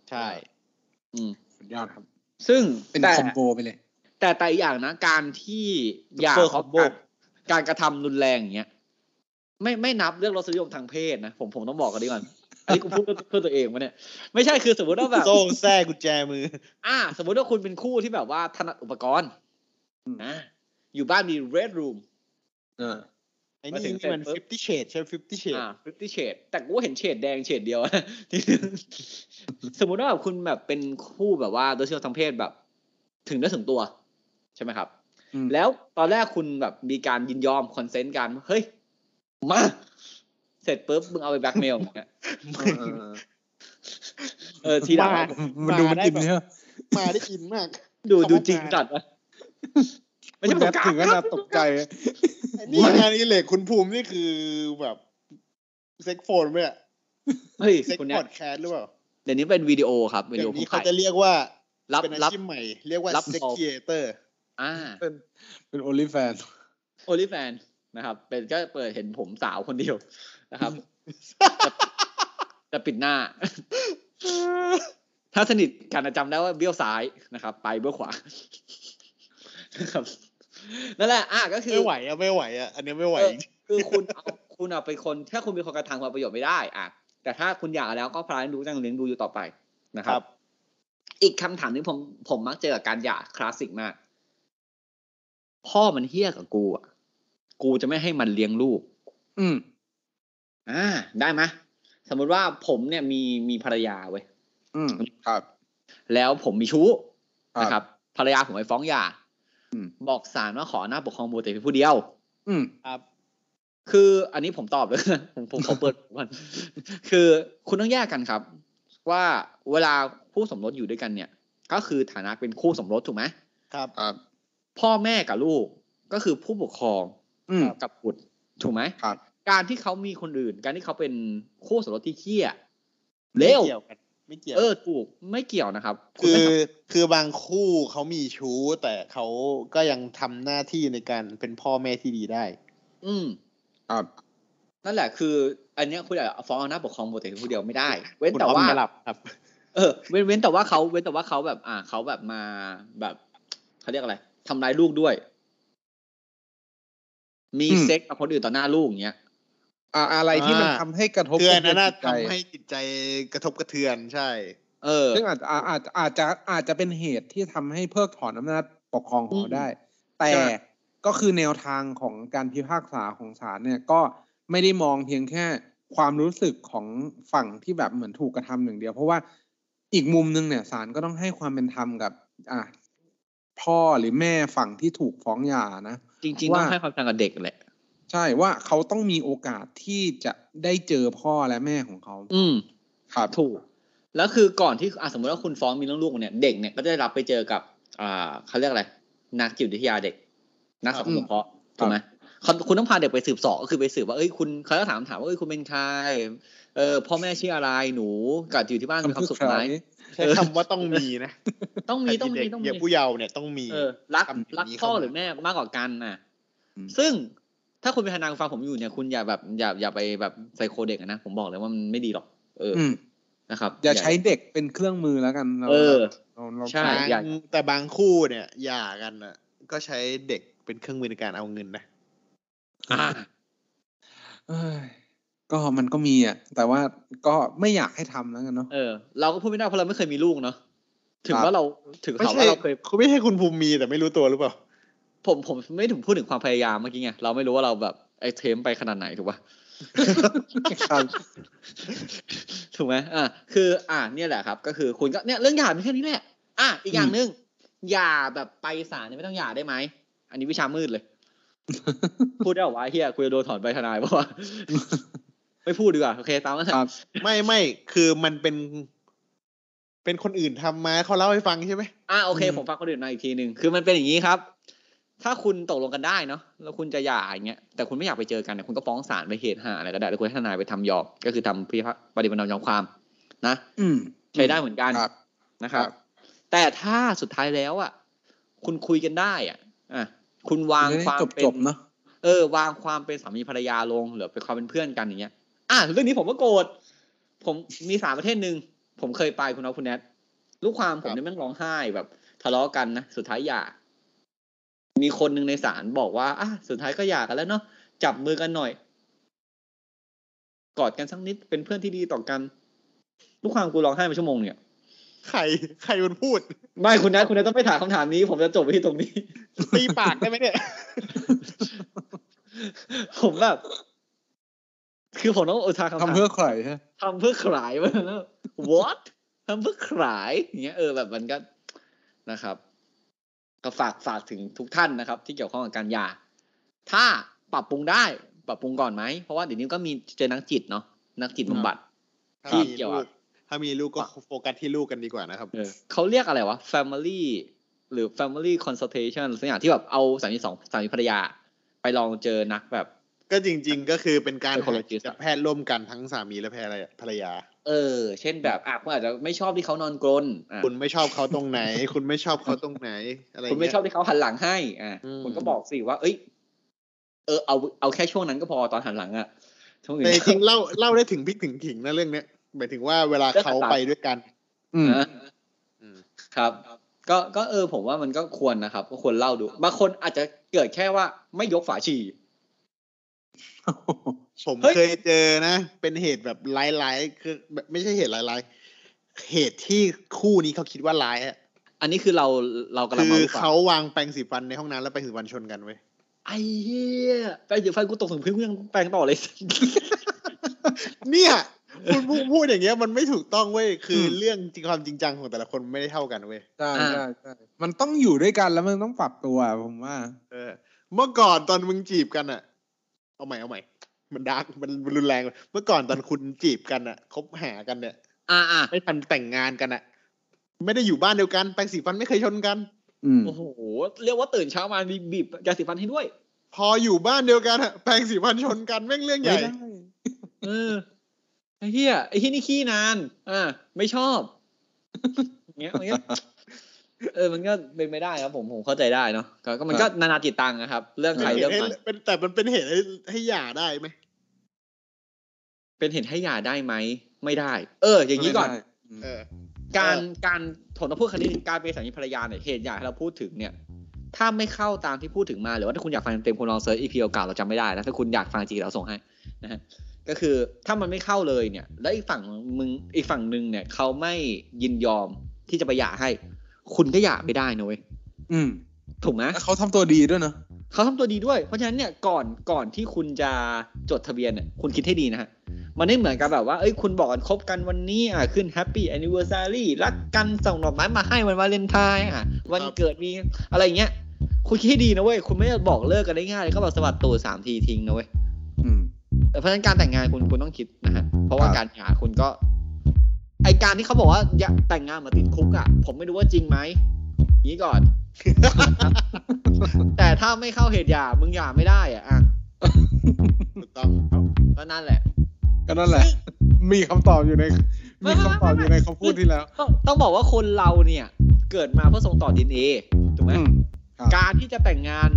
D: ใช่
E: อืม
F: สุดยอดครับ
E: ซึ่ง
F: เป็น
E: แต่
F: คอมโบไปเลย
E: แต่แต่อีกอย่างนะ การที่อยาก
D: เฟอร์คอมโบ
E: การกระทำรุนแรงอย่างเงี้ย ไม่ไม่นับเรื่องรสนิยมทางเพศนะผมผมต้องบอกกันดีก่อนอันนี้กูพูดเพื่อตัวเองมาเนี่ยไม่ใช่คือสมมติว่าแบบ
D: โซ่แทรกกุญแจมือ
E: อ่า สมมติว่าคุณเป็นคู่ที่แบบว่าถนัดอุปกรณ์นะอยู่บ้านมี red room
F: อ่า
D: ไอ้
E: มา
D: นี่
E: ถึง
D: นี่มัน
E: เสร็จปุ๊บ
D: 50 shade ใช่ไหม50 shade
E: อ่า fifty shade แต่กูเห็นเฉดแดงเฉดเดียว ที่นึง สมมุติว่าแบบคุณแบบเป็นคู่แบบว่าโดยเฉพาะทางเพศแบบ ถึงได้อถึงตัว ใช่ไหมครับ
F: อืม
E: แล้วตอนแรกคุณแบบมีการยินยอมคอนเซนต์กันเฮ้ย มา เสร็จปุ๊บมึงเอาไปแบล็กเมลอย่างเงี้ยเอ อทีหลัง
D: มา
F: มันดูมันอิ่มเนี่ย
D: มาได้อินมาก
E: ดู
D: คำว่า
E: ดูจริง
D: มา
E: จัด อะไม่
F: คุ
E: ใช่ป
F: ณแบ
E: ระ
F: ท
E: กาศ
F: ถึงข
E: ค
F: นา
E: รั
F: ด
E: บ
F: ตกใจ
D: ไอ้นี่งานนี้เลยคุณภูมินี่คือแบบเซ็กโฟนไหมเนี่ย
E: เฮ้ย
D: เซ็ก
E: คุณ
D: พ
E: เนี่
D: อย ดแคสต์หรือเปล่า
E: เดี๋ยวนี้เป็นวิดีโอครับวิ
D: เดี๋ย
E: ดีโอ
D: วนี้
E: ผู้
D: เขา
E: ขาย
D: จะเรียกว่า
E: รับ
D: เป็นอา
E: รับ
D: ชีพใหม่ เรียกว่า
E: รับ
D: เซ็ก
E: call
D: เคียเตอร์
E: อ่า
F: เป็นโอลิแฟน
E: โอลิแฟนนะครับ เป็นก็เปิดเห็นผมสาวคนเดียวนะครับ จะปิดหน้า ถ้าสนิทกันจะจำได้ว่าเบี้ยวซ้ายนะครับ ไปเบี้ยวขวา นะครับนั่นแหละอ่ะก็คือ
D: ไม่ไหวอะไม่ไหวอะอันนี้ไม่ไหว
E: เออคือคุณเอา คุณเอาเป็นคน ถ้าคุณเป็นคนกระทำความประโยชน์ไม่ได้อ่ะแต่ถ้าคุณอยากแล้วก็พลายงดูจังเลี้ยงดูอยู่ต่อไปนะค
D: ค
E: รั
D: รับ บ
E: อีกคำถามหนึงผมผมมักเจอกับการหย่าคลาสสิกมาก พ่อมันเฮี้ยกับกูอ่ะกูจะไม่ให้มันเลี้ยงลูก
F: อืม
E: อ่าได้ไหมยสมมุติว่าผมเนี่ยมีมีภรรยาเว้ย
F: อืม ครับ
E: แล้วผมมีชู้
F: ครับ
E: นะครับภรรยาผมไปฟ้องหย่า
F: อืม
E: บอกศาลว่าขอหน้าปกครองบุตรแต่เพียงผู้เดียว
F: อืม
E: คืออันนี้ผมตอบเลย ผมผมขอเปิดก่อน คือคุณต้องแยกกันครับ ว่าเวลาคู่สมรสอยู่ด้วยกันเนี่ย ก็คือฐานะเป็นคู่สมรสถูกไหม
D: ครับ
F: ครับ
E: พ่อแม่กับลูกก็คือผู้ปกครอง
F: อืม
E: กับบุตรถูกไหม
F: ครับ
E: การที่เขามีคนอื่น การที่เขาเป็นคู่สมรสที่เคี้ย
D: ไม่
E: เร็ว
D: เกี่ยวกันไม่เกี่ยว
E: เออถูกไม่เกี่ยวนะครับ
D: คือ
E: ณไม่สา
D: คือบางคู่เขามีชู้ แต่เขาก็ยังทำหน้าที่ในการเป็นพ่อแม่ที่ดีได้
E: อืม
F: ครับ
E: นั่นแหละคือ อันเนี้ยคุณอาจจะฟ้องเอาหน้าปกครองบุตรแต่ผู้เดียวไม่ได้ เว้น
D: คุณ
E: แต่
D: อ้อม
E: ว่า
D: จะหลับครับ
E: เออเว้นเว้นแต่ว่าเขาเว้นแต่ว่าเขาแบบ อ่าเขาแบบมาแบบเขาเรียกอะไรทำร้ายลูกด้วย มี
F: อืม
E: เซ็กกับคนอื่นต่อหน้าลูกอย่างเงี้ย
F: อ่าอะไรที่มัน
D: อ่า
F: ทำให้กระทบ
D: เตือนนั้นน่ะ
F: กระเทือนจิตใจ
D: ทำให้จิตใจกระทบกระเทือนใช่
E: เออ
F: ซึ่งอาจจะอาอาจอาจจะอาจจะเป็นเหตุที่ทำให้เพิกถอนอำนาจปกครองของ
E: อืม
F: เขาได้ แต่ก็คือแนวทางของการพิพากษาของศาลเนี่ยก็ไม่ได้มองเพียงแค่ความรู้สึกของฝั่งที่แบบเหมือนถูกกระทำอย่างเดียว เพราะว่าอีกมุมนึงเนี่ยศาลก็ต้องให้ความเป็นธรรมกับ อ่าพ่อหรือแม่ฝั่งที่ถูกฟ้องหย่านะ
E: จริงๆต้อง
F: ว่า
E: ให้ความสำคัญกับเด็กแหละ
F: ใช่ว่าเขาต้องมีโอกาสที่จะได้เจอพ่อและแม่ของเขา
E: อืม
F: ครับ
E: ถูก แล้วคือก่อนที่อ่ะสมมติว่าคุณฟ้องมีเรื่องลูกเนี่ยเด็กเนี่ยก็ได้รับไปเจอกับ อ่าเขาเรียกอะไร นักจิตวิทยาเด็ก นักสังคมสงเคราะห์ถูกไหมเขาคุณต้องพาเด็กไปสืบเสอบก็คือไปสืบว่าเอ้ยคุณเขาจะถามถามว่าเอ้ยคุณเป็นใครเออพ่อแม่ชื่ออะไรหนูกับอยู่ที่บ้านมีความสุขไหม
D: ใช้
E: เออ
D: คำว่าต้องมีนะ
E: ต้องมีต้องมี
D: เด็ก
E: ต้อง
D: เยา
E: มี
D: ผู้เยาว์เนี่ยต้องมี
E: เออรัก
D: คำอย่าง
E: รัก
D: นี้
E: พ่อ
D: เข้ามา
E: หรือแม่มากกว่ากันน่ะ
F: อืม
E: ซึ่งถ้าคุณเป็นทนายฟังผมอยู่เนี่ยคุณอย่าแบบอย่าอย่าไปแบบไซโคเด็กอะนะผมบอกเลยว่ามันไม่ดีหรอก เอออ
F: อืม
E: นะครับ
F: อย่าใช้เด็กเป็นเครื่องมือแล้วกันเรา
E: เออ
F: เราเรา
E: ใช่
D: บาง
E: อย่าง
D: แต่บางคู่เนี่ยหย่ากันน่ะก็ใช้เด็กเป็นเครื่องมือในการเอาเงินนะ
E: อ่า
F: เอ้ยก็มันก็มีอ่ะ แต่ว่าก็ไม่อยากให้ทำแล้วกันเนาะ
E: เออเราก็พูดไม่ได้เพราะเราไม่เคยมีลูกเนาะถึง
F: ครับ
E: ว่าเราถึง
D: ไม่
E: ถาม
D: ใช่
E: ว่าเราเคย
D: คุณไม่ใช่คุณภูมิมีแต่ไม่รู้ตัวหรือเปล่า
E: ผมผมไม่ถึงพูดถึงความพยายามเมื่อกี้ไงเราไม่รู้ว่าเราแบบไอ้เทมไปขนาดไหนถูกปะ
F: ครับ
E: ถูกไหมอ่าคือ อ่าเนี่ยแหละครับ ก็คือคุณก็เนี่ยเรื่องหย่ามีแค่นี้แหละอ่ะอีกอย่างหนึ่งหย่าแบบไปศาลเนี่ยไม่ต้องหย่าได้ไหมอันนี้วิชามืดเลย พูดได้เหรอวะเฮียกูจะโดนถอนใบทนายเพราะว่า ไม่พูดดีกว่าโอเคตามนั้นเถ
F: ครั
E: อะ
F: บ
D: ไม่ไม่คือมันเป็น เป็นคนอื่นทำมาเขาเล่าให้ฟังใช่ไหม
E: อ่ะโอเค
F: อืม
E: ผมฟังคนอื่นมาอีกทีหนึ่งคือมันเป็นอย่างนี้ครับ ถ้าคุณตกลงกันได้เนาะแล้วคุณจะหย่าอย่างเงี้ยแต่คุณไม่อยากไปเจอกันเนี่ยคุณก็ฟ้องศาลไปเหตุหาอะไรก็ได้แล้วคุณให้ทนายไปทำยอมก็คือทำพิพากษาปฏิบัติยอมความนะ
F: อืม
E: ใช้ได้เหมือนกัน
F: ครับ
E: นะครับ
F: ครับ
E: แต่ถ้าสุดท้ายแล้วอ่ะ คุณคุยกันได้อ่ะ อ่ะ คุณวางความ
F: จบ
E: เป็น
F: จบๆเนาะ
E: เออ วางความเป็นสามีภรรยาลงหรือเป็นความเป็นเพื่อนกันอย่างเงี้ย อ่ะเรื่องนี้ผมก็โกรธผมมีสามประเทศหนึ่งผมเคยไปคุณเอาคุณแนทลูกความผมเนี่ยแม่งร้องไห้แบบ ทะเลาะกันนะสุดท้ายหย่า มีคนหนึ่งในศาลบอกว่าอ่ะสุดท้ายก็หย่ากันแล้วเนาะจับมือกันหน่อย กอดกันสักนิดเป็นเพื่อนที่ดีต่อกัน ลูกความกูร้องไห้มาชั่วโมงเนี่ย
D: ใครใครมันพูด
E: ไม่คุณนัทคุณนัทต้องไปถามคำถามนี้ ผมจะจบไปที่ตรงนี้
D: ตีปากได้ไหมเนี่ย
E: ผมแบบคือผมต้องเออทางคำถาม
F: ทำเพื่อใครฮะ
E: ทำเพื่อขายมันนะ what ทำเพื่อขายอย่างเงี้ยเออแบบมันก็นะครับ ก็ฝากฝากถึงทุกท่านนะครับ ที่เกี่ยวข้องกับการหยาถ้าปรับปรุงได้ปรับปรุงก่อนไหมเพราะว่าเดี๋ยวนี้ก็มีเจอนักจิตเนาะนักจิตบำบัด
D: ถ้า
E: ที่
D: มี
E: เกี่ยว
D: ลู
E: อะ
D: กถ้ามีลูกก็โฟกัสที่ลูกกันดีกว่านะครับ
E: เออเขาเรียกอะไรวะ family หรือ family consultation สักอย่างที่แบบเอาสามีสองสามีภรรยา ไปลองเจอนักแบบ
D: ก็จริง ๆ ก็คือเป็นการ
E: เป็นคนละจิต
D: หาจิตแพทย์ร่วมกันทั้งสามีและภรรยา
E: เออ เช่นแบบอ่ะคุณอาจจะไม่ชอบที่เขานอนกรนอ่ะ
D: คุณไม่ชอบเขาตรงไหน คุณไม่ชอบเขาตรงไหน อะไร
E: คุณ
D: เงี้ย
E: ไม่ชอบที่เขาหันหลังให้อ่ะ
D: อืม
E: คุณก็บอกสิว่า เอ้ย เออเอาเอาแค่ช่วงนั้นก็พอตอนหันหลังอ่ะช่วงอื่
D: แต่จริง
E: น
D: ๆเล่าเล่าได้ถึงพริกถึงขิงนะเรื่องเนี้ยหมายถึงว่าเวลาเขาไปด้วยกัน
F: อืม
E: นะ
D: อืม
E: ครับ ก็ก็เออ ผมว่ามันก็ควรนะครับ ก็ควรเล่าดูบางคนอาจจะเกิดแค่ว่าไม่ยกฝาฉี่
D: ผม
E: เฮ้ย
D: เคยเจอนะ เป็นเหตุแบบร้ายๆคือแบบไม่ใช่เหตุร้ายๆเหตุที่คู่นี้เขาคิดว่าร้ายอะ
E: อันนี้คือเราเรากำลัง
D: คื
E: มา
D: อ
E: ลูกฝา
D: เขาวางแปรงสีฟันในห้องน้ำแล้วแปรงสีฟันชนกันเว้ย
E: ไอ้เหี้ยแปรงสีฟันกูตกถึงพื้นกูยังแปรงต่อเลย
D: เนี่ย คุณพูดพูดอย่างเงี้ยมันไม่ถูกต้องเว้ยคืออ
F: ม
D: เรื่องจริงความจริงจังของแต่ละคนไม่ได้เท่ากันเว้ย
F: ใช่
E: อ่า
F: ใช่ใช่มันต้องอยู่ด้วยกันแล้วมันต้องปรับตัวผมว่า
D: เออ เมื่อก่อนตอนมึงจีบกันอะเอาใหม่เอาใหม่ มันดาร์กมันมันรุนแรงเมื่อก่อนตอนคุณจีบกันอะคบหากันเนี่ย
E: อ่าอ่ะ
D: ไม่ทันแต่งงานกันอะไม่ได้อยู่บ้านเดียวกันแปรงสีฟันไม่เคยชนกัน
F: อืม
E: โอ้โห เรียกว่าตื่นเช้ามามีบีบยาสีฟันให้ด้วย
D: พออยู่บ้านเดียวกันอะแปรงสีฟันชนกันแม่งเรื่องใหญ่
F: ไม่ได้
E: เออ ไอ้เหี้ยไอ้เหี้ยนี่ขี้นาน อ่า ไม่ชอบเงี้ยมันก็เออ มันก็เป็นไม่ได้ครับผมผมเข้าใจได้เนาะก็ก็มันก็นานาจิตตังนะครับ เรื่องใคร
D: เป็นเห
E: เรื่
D: ตุให้
E: องมัน
D: เป็นแต่มันเป็นเหตุให้ให้หย่าได้ไหม
E: เป็นเห็นให้หย่าได้ไหม ไม่ได้ เออ อย่างนี้ก่อน
F: ไม่ได้อืม
D: เออ
E: การ
D: เออ
E: การผมต้องพูดคำนี้การเป็นสามีภรรยาเนี่ยเหตุใหญ่ที่เราพูดถึงเนี่ย ถ้าไม่เข้าตามที่พูดถึงมาหรือว่าถ้าคุณอยากฟังเต็มๆคุณลองเซิร์ชอีพีเก่าๆเราจำไม่ได้นะถ้าคุณอยากฟังจริงเราส่งให้นะฮะก็คือถ้ามันไม่เข้าเลยเนี่ย แล้วอีกฝั่งมึงอีกฝั่งหนึ่งเนี่ยเขาไม่ยินยอมที่จะไปหย่าให้ คุณก็หย่าไม่ได้นะเว้ย
F: อืม
E: ถูกไหม
F: แล้วเขาทำตัวดีด้วยเนอะ
E: เขาทำตัวดีด้วย เพราะฉะนั้นเนี่ยก่อนก่อนที่คุณจะจดทะเบียนเนี่ยคุณคิดให้ดีนะฮะมันไม่เหมือนกับแบบว่าเอ้ยคุณบอกกันคบกันวันนี้อ่ะขึ้นแฮปปี้แอนนิเวอร์ซารีรักกันส่งดอกไม้มาให้วันวาเลนไทน์อ่ะวันเกิดมีอะไรอย่างเงี้ย คุณคิดให้ดีนะเว้ย คุณไม่ได้บอกเลิกกันได้ง่ายเลยก็แบบสะบัดตัวสามทีทิ้งนะเว้ย
F: อืม
E: แต่เพราะฉะนั้นการแต่งงานคุณคุณต้องคิดนะฮะ เพราะว่า
F: ครับ
E: การหย่าคุณก็ ไอการที่เขาบอกว่าอย่าแต่งงานมาติดคุกอ่ะ ผมไม่รู้ว่าจริงไหมนี้ ก่อน แต่ถ้าไม่เข้าเหตุหย่ามึงหย่าไม่ได้อ่ะอ่ะ
D: ถูกต้อง
E: ก็นั่นแหละ
F: ก็นั่นแหละ มีคำตอบอยู่ใน
E: ไม่ไม่
F: มีคำตอบ
E: ไม่
F: อยู่ในคำพูดที่แล้ว
E: ต้องต้องบอกว่าคนเราเนี่ย เกิดมาเพื่อส่งต่อดีเอถูกไหม
F: อืม ครับ
E: การที่จะแต่งงาน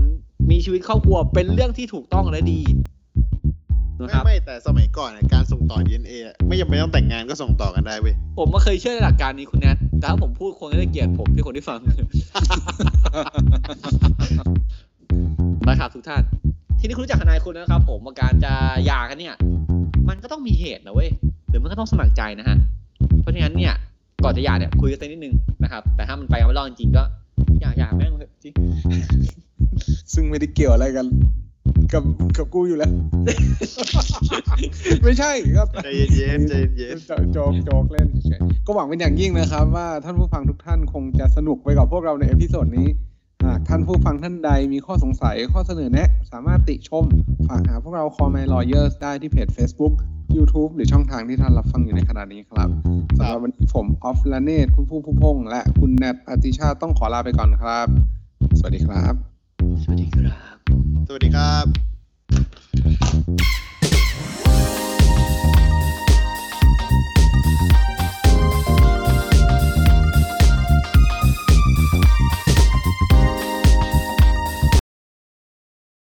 E: มีชีวิตครอบครัวเป็นเรื่องที่ถูกต้องและดีนะค
D: ไม่
E: รับ
D: ไม่แต่สมัยก่อนอะการส่งต่อ DNA อะไม่จำเป็นต้องแต่งงานก็ส่งต่อกันได้เว้ย
E: ผมมาเคยเชื่อในหลักการนี้คุณแนทแต่ถ้าผมพูดคนก็จะเกลียดผมที่คนที่ฟัง นะครับทุกท่าน ทีนี้คุณรู้จักทนายคุณนะครับ ผมว่าการจะหยากันเนี่ย มันก็ต้องมีเหตุนะเว้ยหรือมันก็ต้องสมัครใจนะฮะ เพราะฉะนั้นเนี่ย ก่อนจะหย่าเนี่ยคุยกันสักนิดนึงนะครับ แต่ถ้ามันไปกันไม่รอดจริงๆก็อย่าอย่าแม่งเถอะจริง
F: ซึ่งไม่ได้เกี่ยวอะไรกัน กับกับกูอยู่แล้ว ไม่ใช่ก็
D: ใจเย็นๆใจเย็น
F: โจโจกโจกเล่นเฉยๆก็หวังเป็นอย่างยิ่งนะครับว่าท่านผู้ฟังทุกท่านคงจะสนุกไปกับพวกเราในเอพิโซดนี้ หากท่านผู้ฟังท่านใดมีข้อสงสัยข้อเสนอแนะ สามารถติชม ฝากหาพวกเรา Call My Lawyers ได้ที่เพจ Facebook YouTube หรือช่องทางที่ท่านรับฟังอยู่ในขณะนี้ครับสำหรับวันนี้ผมออฟลาเนตคุณผู้ผู้พงษ์และคุณแนทอติชาต้องขอลาไปก่อนครับ สวัสดีครับ